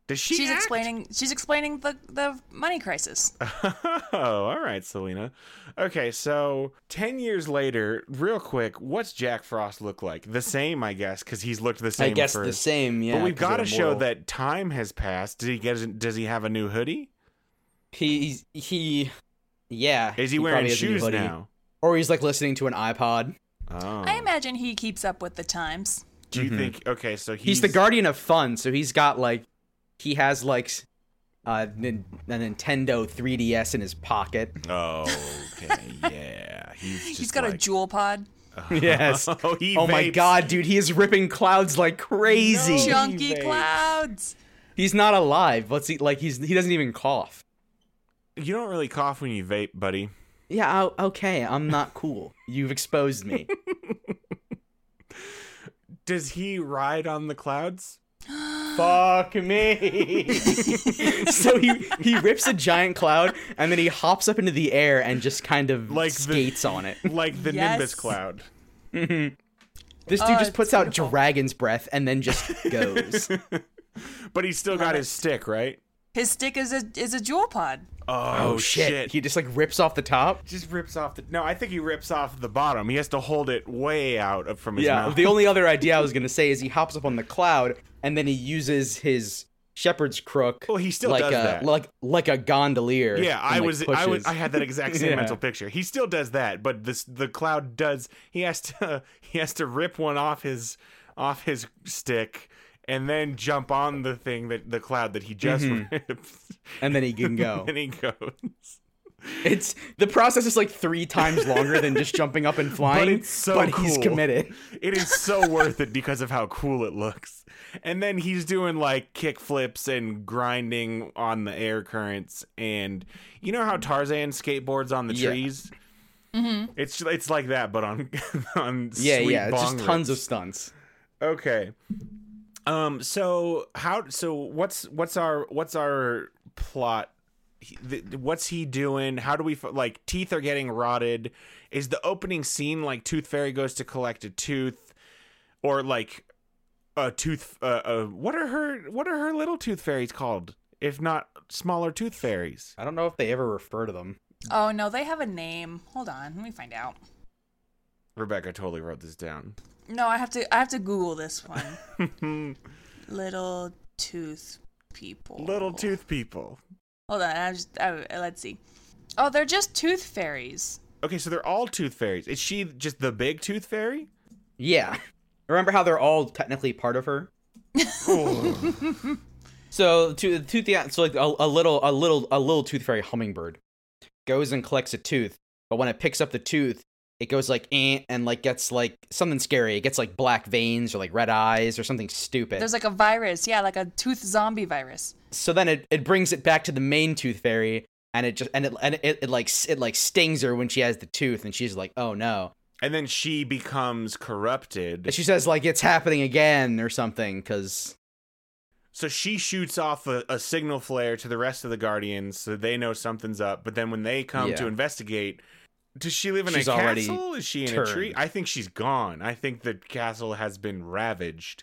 Speaker 1: Does she?
Speaker 3: she's
Speaker 1: act?
Speaker 3: explaining. She's explaining the the money crisis.
Speaker 1: oh, all right, Selena. Okay, so ten years later, real quick, what's Jack Frost look like? The same, I guess, because he's looked the same.
Speaker 2: I guess
Speaker 1: for-
Speaker 2: the same. Yeah,
Speaker 1: but we've
Speaker 2: 'cause they're
Speaker 1: got to show
Speaker 2: immortal.
Speaker 1: that time has passed. Did he get? Does he have a new hoodie?
Speaker 2: he he. Yeah.
Speaker 1: Is he,
Speaker 2: probably
Speaker 1: wearing
Speaker 2: has a new
Speaker 1: shoes
Speaker 2: hoodie.
Speaker 1: now?
Speaker 2: Or he's like listening to an iPod.
Speaker 1: Oh.
Speaker 3: I imagine he keeps up with the times.
Speaker 1: Do you think? Okay, so Mm-hmm. he's,
Speaker 2: He's, the guardian of fun, so he's got like, he has like, uh, nin- a Nintendo 3DS in his pocket.
Speaker 1: Oh, okay, yeah. He's, just
Speaker 3: He's got a
Speaker 1: like-
Speaker 3: jewel pod.
Speaker 2: yes.
Speaker 1: Oh, he
Speaker 2: Oh my
Speaker 1: vapes.
Speaker 2: god, dude, he is ripping clouds like crazy.
Speaker 1: No. Jump.
Speaker 3: Chunky
Speaker 1: vapes.
Speaker 3: clouds.
Speaker 2: He's not alive. Let's see, like he's he doesn't even cough.
Speaker 1: You don't really cough when you vape, buddy.
Speaker 2: Yeah, o- okay, I'm not cool. You've exposed me.
Speaker 1: Does he ride on the clouds?
Speaker 2: Fuck me. so he he rips a giant cloud and then he hops up into the air and just kind of
Speaker 1: Like
Speaker 2: like
Speaker 1: the-
Speaker 2: skates on it.
Speaker 1: Like the
Speaker 3: Yes.
Speaker 1: Nimbus cloud.
Speaker 2: This
Speaker 3: Oh,
Speaker 2: dude just
Speaker 3: it's
Speaker 2: puts out
Speaker 3: beautiful.
Speaker 2: dragon's breath and then just goes.
Speaker 1: Oh, But he's still got his stick, right?
Speaker 3: His stick is a is a jewel pod.
Speaker 1: Oh,
Speaker 2: He just like rips off the top.
Speaker 1: just rips off the. No, I think he rips off the bottom. He has to hold it way out of- from his
Speaker 2: Yeah.
Speaker 1: mouth.
Speaker 2: The only other idea I was gonna say is he hops up on the cloud and then he uses his shepherd's crook.
Speaker 1: Well, he still
Speaker 2: like
Speaker 1: does
Speaker 2: a,
Speaker 1: that.
Speaker 2: Like like a gondolier.
Speaker 1: yeah,
Speaker 2: and,
Speaker 1: I
Speaker 2: like,
Speaker 1: was, I was,
Speaker 2: pushes.
Speaker 1: I had that exact same
Speaker 2: Yeah.
Speaker 1: mental picture. He still does that, but this the cloud does. He has to, he has to rip one off his, off his stick, and then jump on
Speaker 2: Mm-hmm.
Speaker 1: the thing that the cloud that he just ripped,
Speaker 2: and then he can go.
Speaker 1: and he goes.
Speaker 2: It's the process is like three times longer than just jumping up and flying.
Speaker 1: it's so
Speaker 2: but he's
Speaker 1: cool.
Speaker 2: committed.
Speaker 1: It is so worth it because of how cool it looks. And then he's doing like kick flips and grinding on the air currents. And you know how Tarzan skateboards on the
Speaker 2: Yeah.
Speaker 1: trees? Mm-hmm. It's it's like that, but on on
Speaker 2: Yeah,
Speaker 1: sweet
Speaker 2: yeah. It's
Speaker 1: bong
Speaker 2: just tons of
Speaker 1: rips.
Speaker 2: stunts.
Speaker 1: Okay. Um. So how? So what's what's our what's our plot? He- th- What's he doing? How do we f- like teeth are getting rotted? Is the opening scene like Tooth Fairy goes to collect a tooth, or like a tooth? Uh, uh, what are her what are her little tooth fairies called? If not smaller tooth fairies,
Speaker 2: I don't know if they ever refer to them.
Speaker 3: Oh no, they have a name. Hold on, let me find out.
Speaker 1: Rebecca totally wrote this down.
Speaker 3: No, I have to. I have to Google this one. Little tooth people.
Speaker 1: Little tooth people.
Speaker 3: Hold on, I just. I, let's see. Oh, they're just tooth fairies.
Speaker 1: Okay, so they're all tooth fairies. Is she just the big tooth fairy?
Speaker 2: Yeah. Remember how they're all technically part of her? so to tooth yeah, so like a, a little a little a little tooth fairy hummingbird goes and collects a tooth, but when it picks up the tooth, it goes like eh, and like gets like something scary. It gets like black veins or like red eyes or something stupid.
Speaker 3: There's like a virus. Yeah, like a tooth zombie virus.
Speaker 2: so then it, it brings it back to the main tooth fairy and it just and it and it, it like s- it like stings her when she has the tooth and she's like oh no
Speaker 1: and then she becomes corrupted.
Speaker 2: and she says like it's happening again or something because
Speaker 1: so she shoots off a, a signal flare to the rest of the guardians, so they know something's up. But then when they come
Speaker 2: Yeah.
Speaker 1: to investigate, does she live in
Speaker 2: She's
Speaker 1: a
Speaker 2: already
Speaker 1: castle? Is she in a tree?
Speaker 2: turned.
Speaker 1: I think she's gone. I think the castle has been ravaged.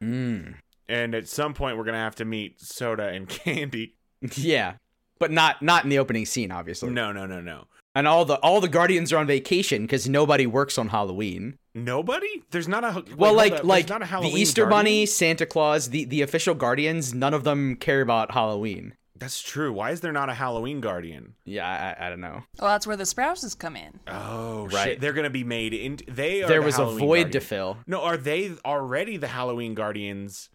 Speaker 2: Hmm.
Speaker 1: And at some point, we're gonna have to meet Soda and Candy.
Speaker 2: yeah but not not in the opening scene obviously
Speaker 1: No, no, no, no.
Speaker 2: and all the all the guardians are on vacation because nobody works on halloween
Speaker 1: Nobody? There's not a
Speaker 2: well
Speaker 1: wait, hold up. There's
Speaker 2: like like
Speaker 1: not a
Speaker 2: the
Speaker 1: Halloween
Speaker 2: easter
Speaker 1: Guardian?
Speaker 2: bunny santa claus the the official guardians none of them care about halloween
Speaker 1: That's true. Why is there not a Halloween Guardian?
Speaker 2: yeah i, I- I don't know
Speaker 3: Well, that's where the sprouses come in.
Speaker 1: Oh
Speaker 2: Right.
Speaker 1: shit! They're gonna be made in. They are
Speaker 2: there
Speaker 1: the
Speaker 2: was
Speaker 1: Halloween
Speaker 2: a void
Speaker 1: Guardian.
Speaker 2: to fill
Speaker 1: No, are they already the Halloween Guardians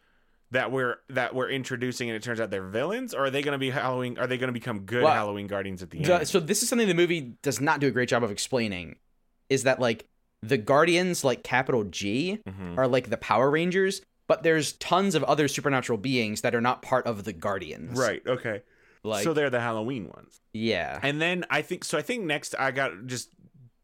Speaker 1: that we're that we're introducing, and it turns out they're villains? Or are they going to be Halloween? Are they going to become good
Speaker 2: Well,
Speaker 1: Halloween Guardians at the
Speaker 2: The-
Speaker 1: end?
Speaker 2: so this is something the movie does not do a great job of explaining is that like the guardians like capital g
Speaker 1: Mhm.
Speaker 2: are like the power rangers but there's tons of other supernatural beings that are not part of the guardians
Speaker 1: Right. Okay.
Speaker 2: like
Speaker 1: so they're the Halloween ones,
Speaker 2: yeah
Speaker 1: and then I think so. I think next I got just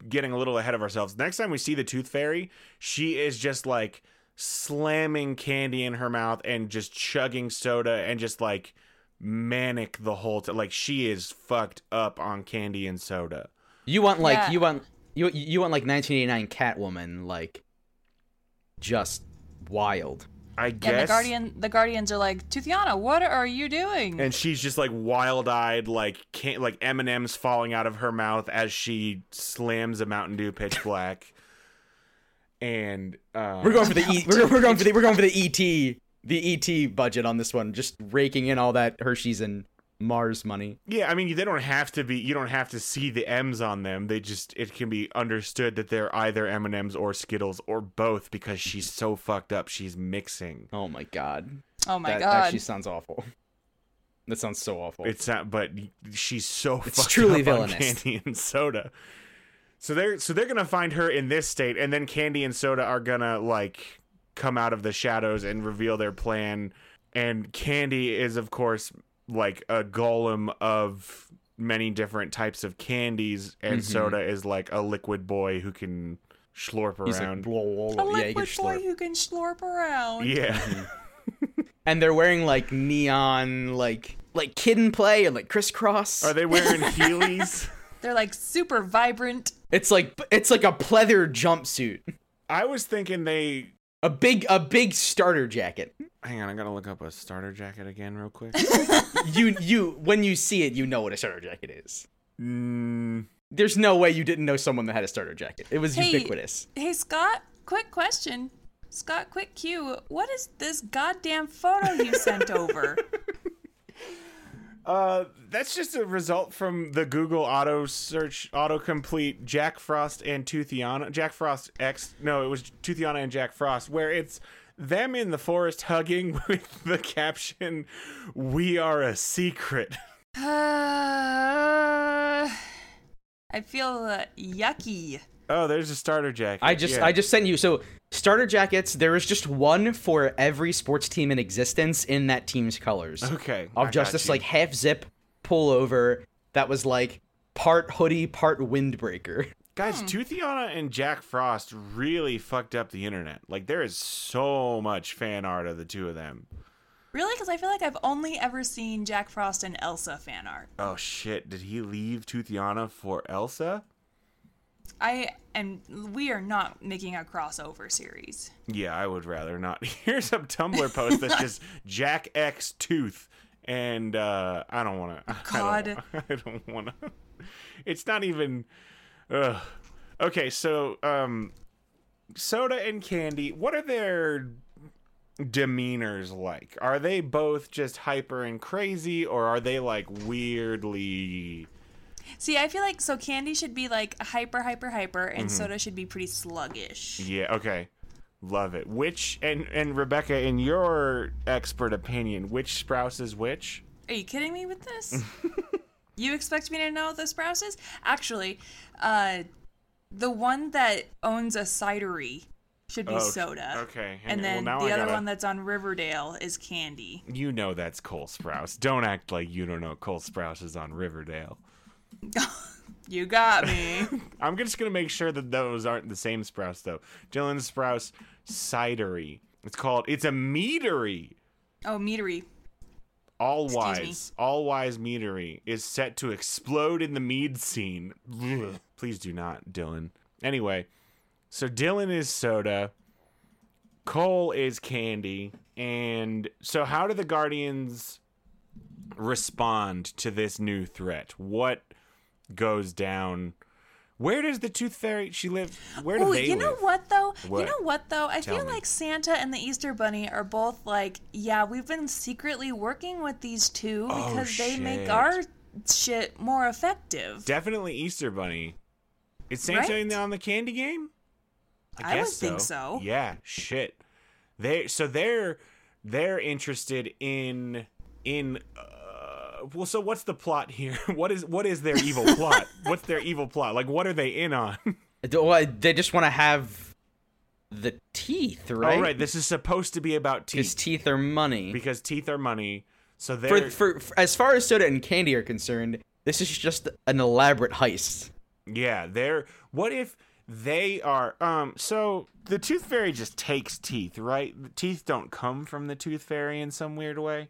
Speaker 1: getting a little ahead of ourselves. Next time we see the Tooth Fairy, she is just like slamming candy in her mouth and just chugging soda and just like manic the whole time. Like she is fucked up on candy and soda.
Speaker 2: you want like
Speaker 3: Yeah.
Speaker 2: you want you you want like 1989 catwoman like just wild
Speaker 1: I
Speaker 3: Yeah,
Speaker 1: guess.
Speaker 3: and the guardian. The guardians are like, Toothiana, what are you doing?
Speaker 1: and she's just like wild-eyed like can't like m&ms falling out of her mouth as she slams a mountain dew pitch black and uh
Speaker 2: we're going for the e- we're, we're going for the we're going for the et the et budget on this one just raking in all that hershey's and mars money
Speaker 1: yeah i mean they don't have to be you don't have to see the m's on them they just it can be understood that they're either m&ms or skittles or both because she's so fucked up she's mixing
Speaker 2: Oh my god.
Speaker 3: oh my
Speaker 2: that
Speaker 3: god.
Speaker 2: actually sounds awful. That sounds so awful.
Speaker 1: It's not, but she's so
Speaker 2: It's
Speaker 1: fucked
Speaker 2: truly
Speaker 1: up on
Speaker 2: villainous.
Speaker 1: Candy and Soda. So they're so they're gonna find her in this state, and then Candy and Soda are gonna like come out of the shadows and reveal their plan. And Candy is, of course, like a golem of many different types of candies, and
Speaker 2: Mhm.
Speaker 1: Soda is like a liquid boy who can slurp
Speaker 2: He's like,
Speaker 1: around.
Speaker 2: blah, blah, blah.
Speaker 3: a
Speaker 2: yeah, you can
Speaker 3: liquid boy
Speaker 2: slurp.
Speaker 3: who can slurp around.
Speaker 1: yeah,
Speaker 2: Mm-hmm. And they're wearing like neon, like like kid and play or like crisscross.
Speaker 1: are they wearing Heelys?
Speaker 3: They're like super vibrant.
Speaker 2: It's like it's like a pleather jumpsuit,
Speaker 1: I was thinking they.
Speaker 2: a big a big starter jacket.
Speaker 1: Hang on, I gotta look up a starter jacket again real quick.
Speaker 2: You you when you see it, you know what a starter jacket is.
Speaker 1: Mm,
Speaker 2: There's no way you didn't know someone that had a starter jacket. It was
Speaker 3: Hey.
Speaker 2: ubiquitous.
Speaker 3: Hey Scott, quick question. Scott, quick cue. What is this goddamn photo you sent over?
Speaker 1: Uh, that's just a result from the Google auto search autocomplete Jack Frost and Toothiana. Jack Frost X. No, it was Toothiana and Jack Frost, where it's them in the forest hugging with the caption, We are a secret.
Speaker 3: Uh, I feel uh, yucky.
Speaker 1: Oh, there's a starter jacket.
Speaker 2: I just
Speaker 1: Yeah.
Speaker 2: I just sent you so starter jackets. There is just one for every sports team in existence in that team's colors.
Speaker 1: Okay, I
Speaker 2: Of
Speaker 1: got
Speaker 2: just this
Speaker 1: you.
Speaker 2: like half zip pullover that was like part hoodie, part windbreaker.
Speaker 1: guys, Toothiana and Jack Frost really fucked up the internet. Like there is so much fan art of the two of them.
Speaker 3: Really? Because I feel like I've only ever seen Jack Frost and Elsa fan art.
Speaker 1: Oh shit, did he leave Toothiana for Elsa?
Speaker 3: I and we are not making a crossover series.
Speaker 1: Yeah, I would rather not. Here's a Tumblr post that's just Jack X Tooth, and uh, I don't want to.
Speaker 3: God.
Speaker 1: I don't want to. It's not even. Ugh. Okay, so um, soda and candy. What are their demeanors like? Are they both just hyper and crazy, or are they like weirdly?
Speaker 3: See, I feel like so Candy should be like hyper, hyper, hyper, and Soda should be pretty sluggish.
Speaker 1: Yeah. Okay. Love it. Which and and Rebecca, in your expert opinion, which Sprouse is which?
Speaker 3: Are you kidding me with this? you expect me to know the Sprouse is? Actually, uh, the one that owns a cidery should be
Speaker 1: Oh,
Speaker 3: Soda.
Speaker 1: okay. Hang
Speaker 3: And
Speaker 1: on.
Speaker 3: then
Speaker 1: Well, now I
Speaker 3: the other
Speaker 1: gotta-
Speaker 3: one that's on Riverdale is Candy.
Speaker 1: You know that's Cole Sprouse. Don't act like you don't know Cole Sprouse is on Riverdale.
Speaker 3: You got me.
Speaker 1: I'm just gonna make sure that those aren't the same Sprouse though. Dylan Sprouse cidery. It's called. It's a meadery.
Speaker 3: oh, meatery.
Speaker 1: All
Speaker 3: Excuse me.
Speaker 1: wise, all wise meadery is set to explode in the mead scene. Ugh. Please do not, Dylan. Anyway, so Dylan is soda, Cole is candy, and so how do the Guardians respond to this new threat? What goes down? Where does the Tooth Fairy? She live? Where do
Speaker 3: Oh,
Speaker 1: they
Speaker 3: you know
Speaker 1: live?
Speaker 3: what though?
Speaker 1: What?
Speaker 3: You know what though? I
Speaker 1: Tell
Speaker 3: feel
Speaker 1: me.
Speaker 3: like Santa and the Easter Bunny are both like, yeah, we've been secretly working with these two
Speaker 1: Oh,
Speaker 3: because they
Speaker 1: shit.
Speaker 3: make our shit more effective.
Speaker 1: Definitely Easter Bunny. Is Santa
Speaker 3: Right?
Speaker 1: in the, on the candy game?
Speaker 3: I would think so.
Speaker 1: Yeah, shit. They so they're they're interested in in uh, well. So what's the plot here? What is what is their evil plot? What's their evil plot? Like what are they in on?
Speaker 2: Do- well, oh, They just want to have the teeth, right?
Speaker 1: All Oh, right, this is supposed to be about
Speaker 2: Because
Speaker 1: teeth
Speaker 2: teeth are money.
Speaker 1: because teeth are money. So
Speaker 2: For,
Speaker 1: they're
Speaker 2: for, for as far as soda and candy are concerned, this is just an elaborate heist.
Speaker 1: Yeah, they're. What if they are? Um, so the tooth fairy just takes teeth, right? The teeth don't come from the tooth fairy in some weird way.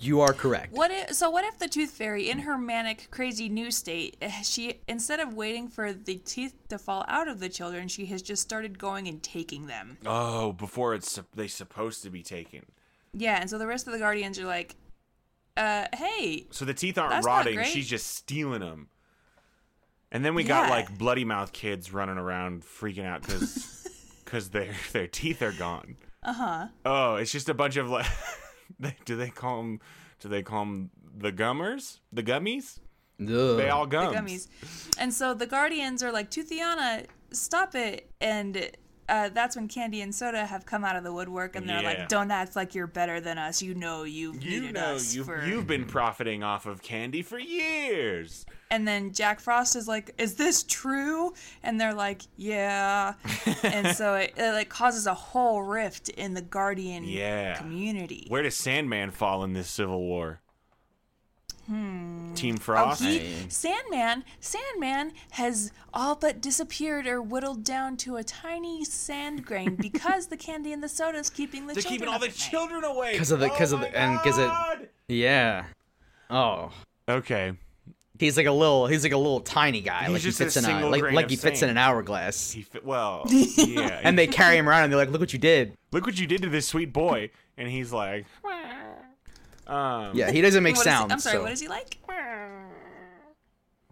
Speaker 2: You are correct.
Speaker 3: What if, so what if the tooth fairy in her manic crazy new state eh, she instead of waiting for the teeth to fall out of the children she has just started going and taking them.
Speaker 1: Oh, before it's sup- they supposed to be taken.
Speaker 3: Yeah, and so the rest of the guardians are like uh hey,
Speaker 1: So the teeth aren't
Speaker 3: That's not
Speaker 1: rotting.
Speaker 3: great.
Speaker 1: She's just stealing them. And then we got
Speaker 3: Yeah.
Speaker 1: like bloody mouth kids running around freaking out because because their their teeth are gone.
Speaker 3: Uh-huh.
Speaker 1: Uh huh. Oh, it's just a bunch of like. they- do they call them? Do they call them the gummers? The gummies? They all
Speaker 3: the
Speaker 1: gums.
Speaker 3: gummies. And so the guardians are like Toothiana, stop it and uh, that's when Candy and Soda have come out of the woodwork, and they're
Speaker 1: Yeah.
Speaker 3: like, "Don't act like you're better than us. You know you've
Speaker 1: You
Speaker 3: needed
Speaker 1: know,
Speaker 3: us
Speaker 1: you've,
Speaker 3: for."
Speaker 1: you've been profiting off of candy for years.
Speaker 3: And then Jack Frost is like, "Is this true?" And they're like, "Yeah." and so it, it like causes a whole rift in the Guardian
Speaker 1: Yeah.
Speaker 3: community.
Speaker 1: Where does Sandman fall in this civil war? Hmm. Team
Speaker 3: Oh,
Speaker 1: Frost?
Speaker 3: he, Sandman, Sandman has all but disappeared or whittled down to a tiny sand grain because the candy and the soda is keeping the
Speaker 1: They're
Speaker 3: children.
Speaker 1: keeping all
Speaker 3: up
Speaker 1: the
Speaker 3: at night.
Speaker 1: children away.
Speaker 2: 'Cause of the-
Speaker 1: Oh
Speaker 2: 'cause of
Speaker 1: my
Speaker 2: the- and 'cause it-
Speaker 1: God!
Speaker 2: Yeah. Oh.
Speaker 1: Okay.
Speaker 2: He's like a little. He's like a little tiny guy.
Speaker 1: He's
Speaker 2: like
Speaker 1: just
Speaker 2: he fits
Speaker 1: a
Speaker 2: in a
Speaker 1: single
Speaker 2: like,
Speaker 1: grain
Speaker 2: like
Speaker 1: of
Speaker 2: he fits in
Speaker 1: sand.
Speaker 2: an hourglass.
Speaker 1: He fit, well, yeah.
Speaker 2: And
Speaker 1: and
Speaker 2: they carry him around and they're like, "Look what you did."
Speaker 1: look what you did to this sweet boy. And he's like, um,
Speaker 2: Yeah, he doesn't make
Speaker 3: What is he-
Speaker 2: sounds.
Speaker 3: I'm sorry.
Speaker 2: so-
Speaker 3: What is he like?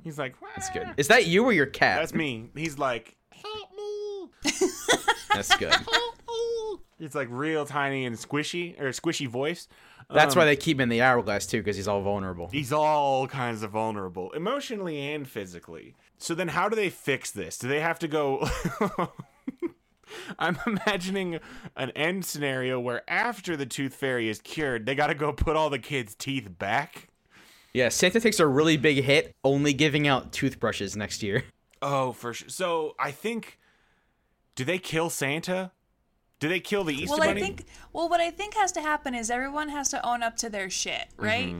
Speaker 1: he's like,
Speaker 2: That's good. Is that you or your cat?
Speaker 1: That's me. He's like, help me.
Speaker 2: That's good.
Speaker 1: It's like real tiny and squishy or squishy voice. Um,
Speaker 2: That's why they keep him in the hourglass too, because he's all vulnerable.
Speaker 1: He's all kinds of vulnerable, emotionally and physically. So then, how do they fix this? Do they have to go? I'm imagining an end scenario where after the tooth fairy is cured, they got to go put all the kids' teeth back.
Speaker 2: Yeah, Santa takes a really big hit, only giving out toothbrushes next year.
Speaker 1: Oh, for sure. So I think, do they kill Santa? Do they kill the Easter
Speaker 3: well,
Speaker 1: Bunny?
Speaker 3: I think. Well, what I think has to happen is everyone has to own up to their shit,
Speaker 1: Mm-hmm.
Speaker 3: right?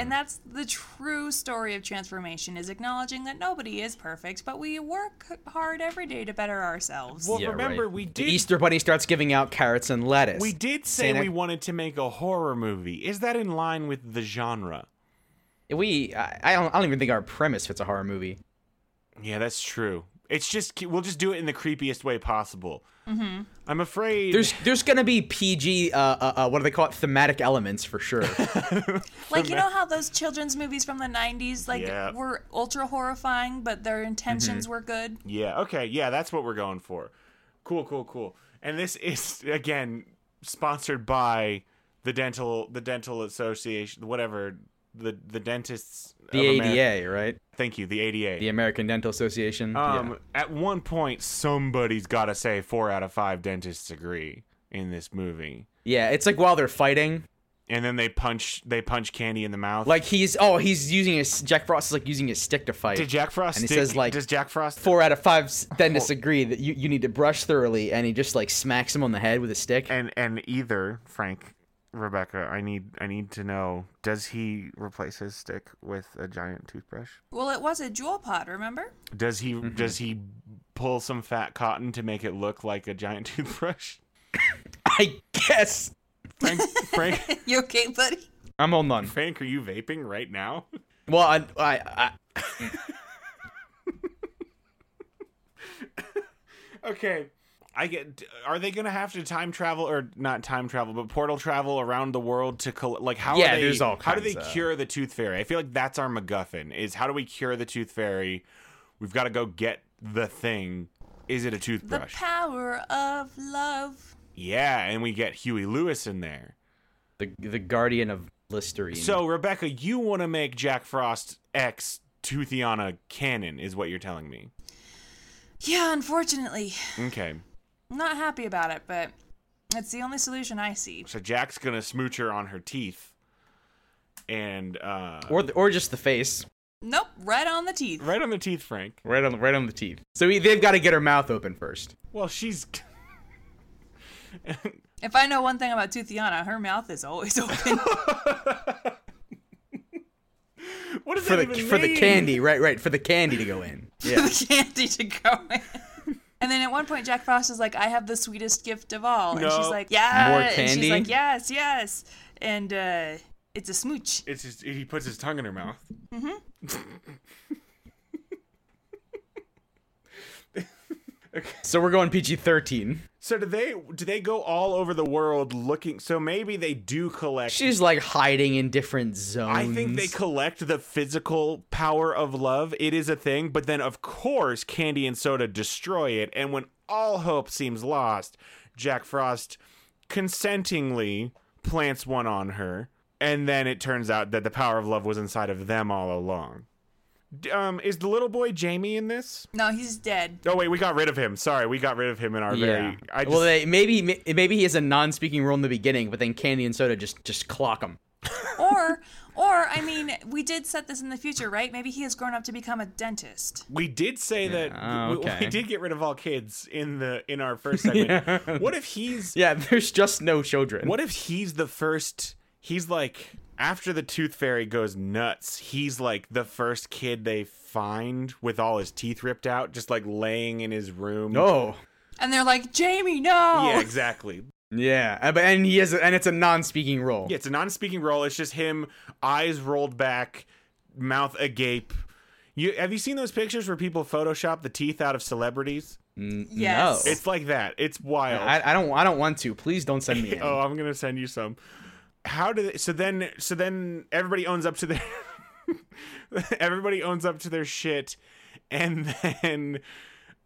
Speaker 3: And that's the true story of transformation: is acknowledging that nobody is perfect, but we work hard every day to better ourselves.
Speaker 1: Well, remember we
Speaker 2: The
Speaker 1: did
Speaker 2: Easter Bunny starts giving out carrots and lettuce.
Speaker 1: we did say
Speaker 2: Santa-
Speaker 1: we wanted to make a horror movie. Is that in line with the genre?
Speaker 2: We I, I don't I don't even think our premise fits a horror movie.
Speaker 1: Yeah, that's true. It's just we'll just do it in the creepiest way possible. Mm-hmm. I'm afraid
Speaker 2: There's there's gonna be PG uh, uh, uh what do they call it thematic elements for sure.
Speaker 3: like you know how those children's movies from the '90s, like,
Speaker 1: Yeah. Mm-hmm.
Speaker 3: were ultra horrifying, but their intentions were good.
Speaker 1: Yeah, okay. Yeah, that's what we're going for. Cool, cool, cool. And this is again sponsored by the dental the dental association whatever the the dentists of
Speaker 2: The
Speaker 1: Ameri-
Speaker 2: ADA, right?
Speaker 1: Thank you, the ADA.
Speaker 2: The American Dental Association.
Speaker 1: um
Speaker 2: yeah.
Speaker 1: at one point somebody's got to say 4 out of 5 dentists agree in this movie.
Speaker 2: yeah, it's like while they're fighting,
Speaker 1: And then they punch they punch Candy in the mouth.
Speaker 2: like he's oh he's using his Jack Frost is like using his stick to fight.
Speaker 1: did Oh. Jack Frost
Speaker 2: and he
Speaker 1: stick-
Speaker 2: says, like,
Speaker 1: does Jack Frost
Speaker 2: Four out of five s- dentists agree that you, you need to brush thoroughly, and he just like smacks him on the head with a stick.
Speaker 1: and and either Frank Rebecca, I need I need to know does he replace his stick with a giant toothbrush?
Speaker 3: Well, it was a jewel pod, remember?
Speaker 1: Does he does he pull some fat cotton to make it look like a giant toothbrush?
Speaker 2: I guess
Speaker 1: Frank Frank
Speaker 3: You okay, buddy?
Speaker 2: I'm holding on.
Speaker 1: Frank, are you vaping right now?
Speaker 2: Well, I, I, I
Speaker 1: Okay. I get. Are they gonna have to time travel or not time travel, but portal travel around the world to col- like how?
Speaker 2: Yeah,
Speaker 1: are they,
Speaker 2: there's all
Speaker 1: How do they
Speaker 2: kinds of-
Speaker 1: cure the tooth fairy? I feel like that's our MacGuffin. Is how do we cure the tooth fairy? We've got to go get the thing. Is it a
Speaker 3: The
Speaker 1: toothbrush?
Speaker 3: power of love.
Speaker 1: yeah, and we get Huey Lewis in there.
Speaker 2: the the guardian of Listerine.
Speaker 1: So Rebecca, you want to make Jack Frost X Toothiana canon? Is what you're telling me?
Speaker 3: Yeah, unfortunately,
Speaker 1: Okay.
Speaker 3: I'm not happy about it, but it's the only solution I see.
Speaker 1: So Jack's gonna smooch her on her teeth, and uh,
Speaker 2: or the, or just the face,
Speaker 3: Nope, right on the teeth.
Speaker 1: right on the teeth, Frank.
Speaker 2: right on right on the teeth. So he, they've got to get her mouth open first.
Speaker 1: Well, she's.
Speaker 3: If I know one thing about Toothiana, her mouth is always open.
Speaker 1: What does
Speaker 2: for the
Speaker 1: that even
Speaker 2: for the
Speaker 1: mean?
Speaker 2: candy, right, right, for the candy to go in. Yeah.
Speaker 3: the candy to go in. And then at one point, Jack Frost is like, "I have the sweetest gift of all," and she's
Speaker 1: No.
Speaker 3: like, "Yeah,"
Speaker 2: More
Speaker 3: and
Speaker 2: candy?
Speaker 3: she's like, "Yes, yes," and uh, it's a smooch.
Speaker 1: It's just, he puts his tongue in her mouth.
Speaker 2: so we're going PG thirteen.
Speaker 1: So do they? Do they go all over the world looking? So maybe they do collect.
Speaker 2: She's like hiding in different zones.
Speaker 1: I think they collect the physical power of love. It is a thing, but then of course Candy and Soda destroy it, and when all hope seems lost, Jack Frost consentingly plants one on her, and then it turns out that the power of love was inside of them all along. D- Um, is the little boy Jamie in this?
Speaker 3: No, he's dead.
Speaker 1: Oh wait, we got rid of him. Sorry, we got rid of him in our
Speaker 2: Yeah.
Speaker 1: very. I just,
Speaker 2: Well, they, maybe may- maybe he has a non-speaking role in the beginning, but then Candy and Soda just just clock him.
Speaker 3: Or, or I mean, we did set this in the future, right? Maybe he has grown up to become a dentist.
Speaker 1: We did say that
Speaker 2: Yeah,
Speaker 1: we- we,
Speaker 2: okay.
Speaker 1: did get rid of all kids in the in our first segment. What if he's
Speaker 2: Yeah, there's just no children.
Speaker 1: What if he's the first? He's like after the tooth fairy goes nuts, he's like the first kid they find with all his teeth ripped out, just like laying in his room.
Speaker 2: No.
Speaker 3: And they're like, "Jamie, no!"
Speaker 1: Yeah, exactly.
Speaker 2: Yeah, uh, but and he has a, and it's a non-speaking role.
Speaker 1: Yeah, it's a non-speaking role. It's just him, eyes rolled back, mouth agape. You have you seen those pictures where people Photoshop the teeth out of celebrities?
Speaker 2: N-
Speaker 3: Yes.
Speaker 2: No.
Speaker 1: It's like that. It's wild.
Speaker 2: I, I don't I don't want to. Please don't send me. any.
Speaker 1: oh, I'm gonna send you some. How do they, so then so then everybody owns up to their everybody owns up to their shit, and then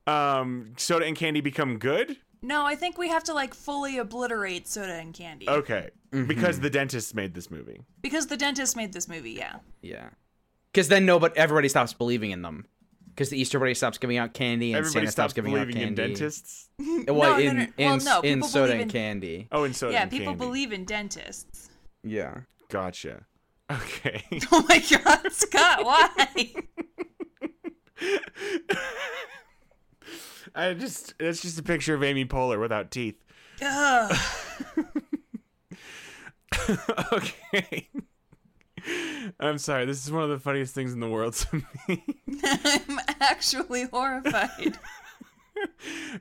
Speaker 1: um soda and candy become good.
Speaker 3: No, I think we have to like fully obliterate Soda and Candy
Speaker 2: Oh.
Speaker 1: Okay,
Speaker 2: Mm-hmm.
Speaker 1: because the dentist made this movie.
Speaker 3: because the dentist made this movie. Yeah.
Speaker 2: Yeah. Because then no, but everybody stops believing in them. Because the Easter Bunny stops giving out candy, and
Speaker 1: everybody
Speaker 2: Santa
Speaker 1: stops
Speaker 2: stops giving out
Speaker 1: believing
Speaker 2: candy.
Speaker 1: in dentists.
Speaker 2: Well,
Speaker 3: No, no,
Speaker 2: in
Speaker 3: no.
Speaker 2: in,
Speaker 3: Well, no,
Speaker 2: in
Speaker 3: people
Speaker 2: soda
Speaker 3: believe
Speaker 2: and
Speaker 3: in-
Speaker 2: candy.
Speaker 1: Oh, and soda.
Speaker 3: yeah,
Speaker 1: and
Speaker 3: people
Speaker 1: candy.
Speaker 3: believe in dentists.
Speaker 2: Yeah.
Speaker 1: Gotcha. Okay.
Speaker 3: Oh my god, Scott, why?
Speaker 1: I just that's just a picture of Amy Poehler without teeth.
Speaker 3: Ugh.
Speaker 1: okay. I'm sorry. This is one of the funniest things in the world to me.
Speaker 3: I'm actually horrified.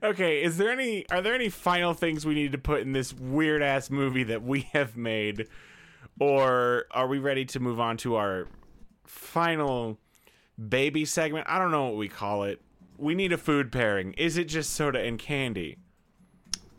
Speaker 1: okay, is there any are there any final things we need to put in this weird ass movie that we have made or are we ready to move on to our final baby segment? I don't know what we call it. We need a food pairing. Is it just soda and candy?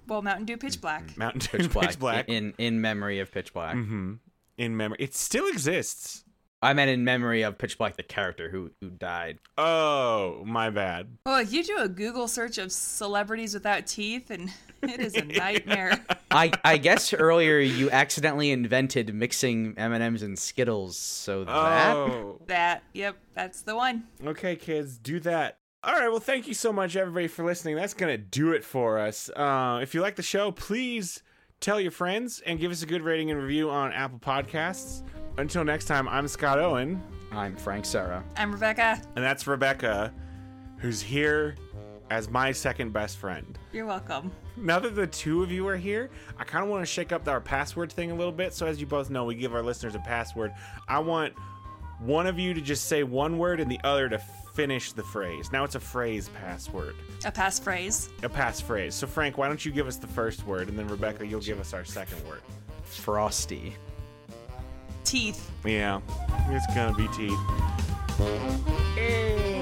Speaker 3: Well, Mountain Dew Pitch Black.
Speaker 1: Mountain Dew
Speaker 2: Pitch Black,
Speaker 1: Black Mm-hmm. in,
Speaker 2: In in memory of Pitch Black.
Speaker 1: memory. It still exists.
Speaker 2: I meant in memory of Pitch Black, the character who who died.
Speaker 1: Oh, my bad.
Speaker 3: Well, if you do a Google search of celebrities without teeth, and it is a nightmare.
Speaker 2: I I guess earlier you accidentally invented mixing M and M's and Skittles, so that
Speaker 1: Oh.
Speaker 3: that, yep, that's the one.
Speaker 1: Okay, kids, do that. All right, well, thank you so much, everybody, for listening. That's going to do it for us. Uh, if you like the show, please tell your friends and give us a good rating and review on Apple Podcasts. Until next time, I'm Scott Owen,
Speaker 2: I'm Frank Sarah.
Speaker 3: I'm Rebecca.
Speaker 1: and that's Rebecca, who's here as my second best friend.
Speaker 3: You're welcome.
Speaker 1: Now that the two of you are here, I kind of want to shake up our password thing a little bit. So, as you both know, we give our listeners a password. I want one of you to just say one word and the other to finish the phrase. Now it's a phrase password,
Speaker 3: A passphrase.
Speaker 1: a passphrase. So, Frank, why don't you give us the first word and then Rebecca, you'll give us our second word?
Speaker 2: Frosty.
Speaker 3: Teeth.
Speaker 1: Yeah, it's gonna be teeth. Hey.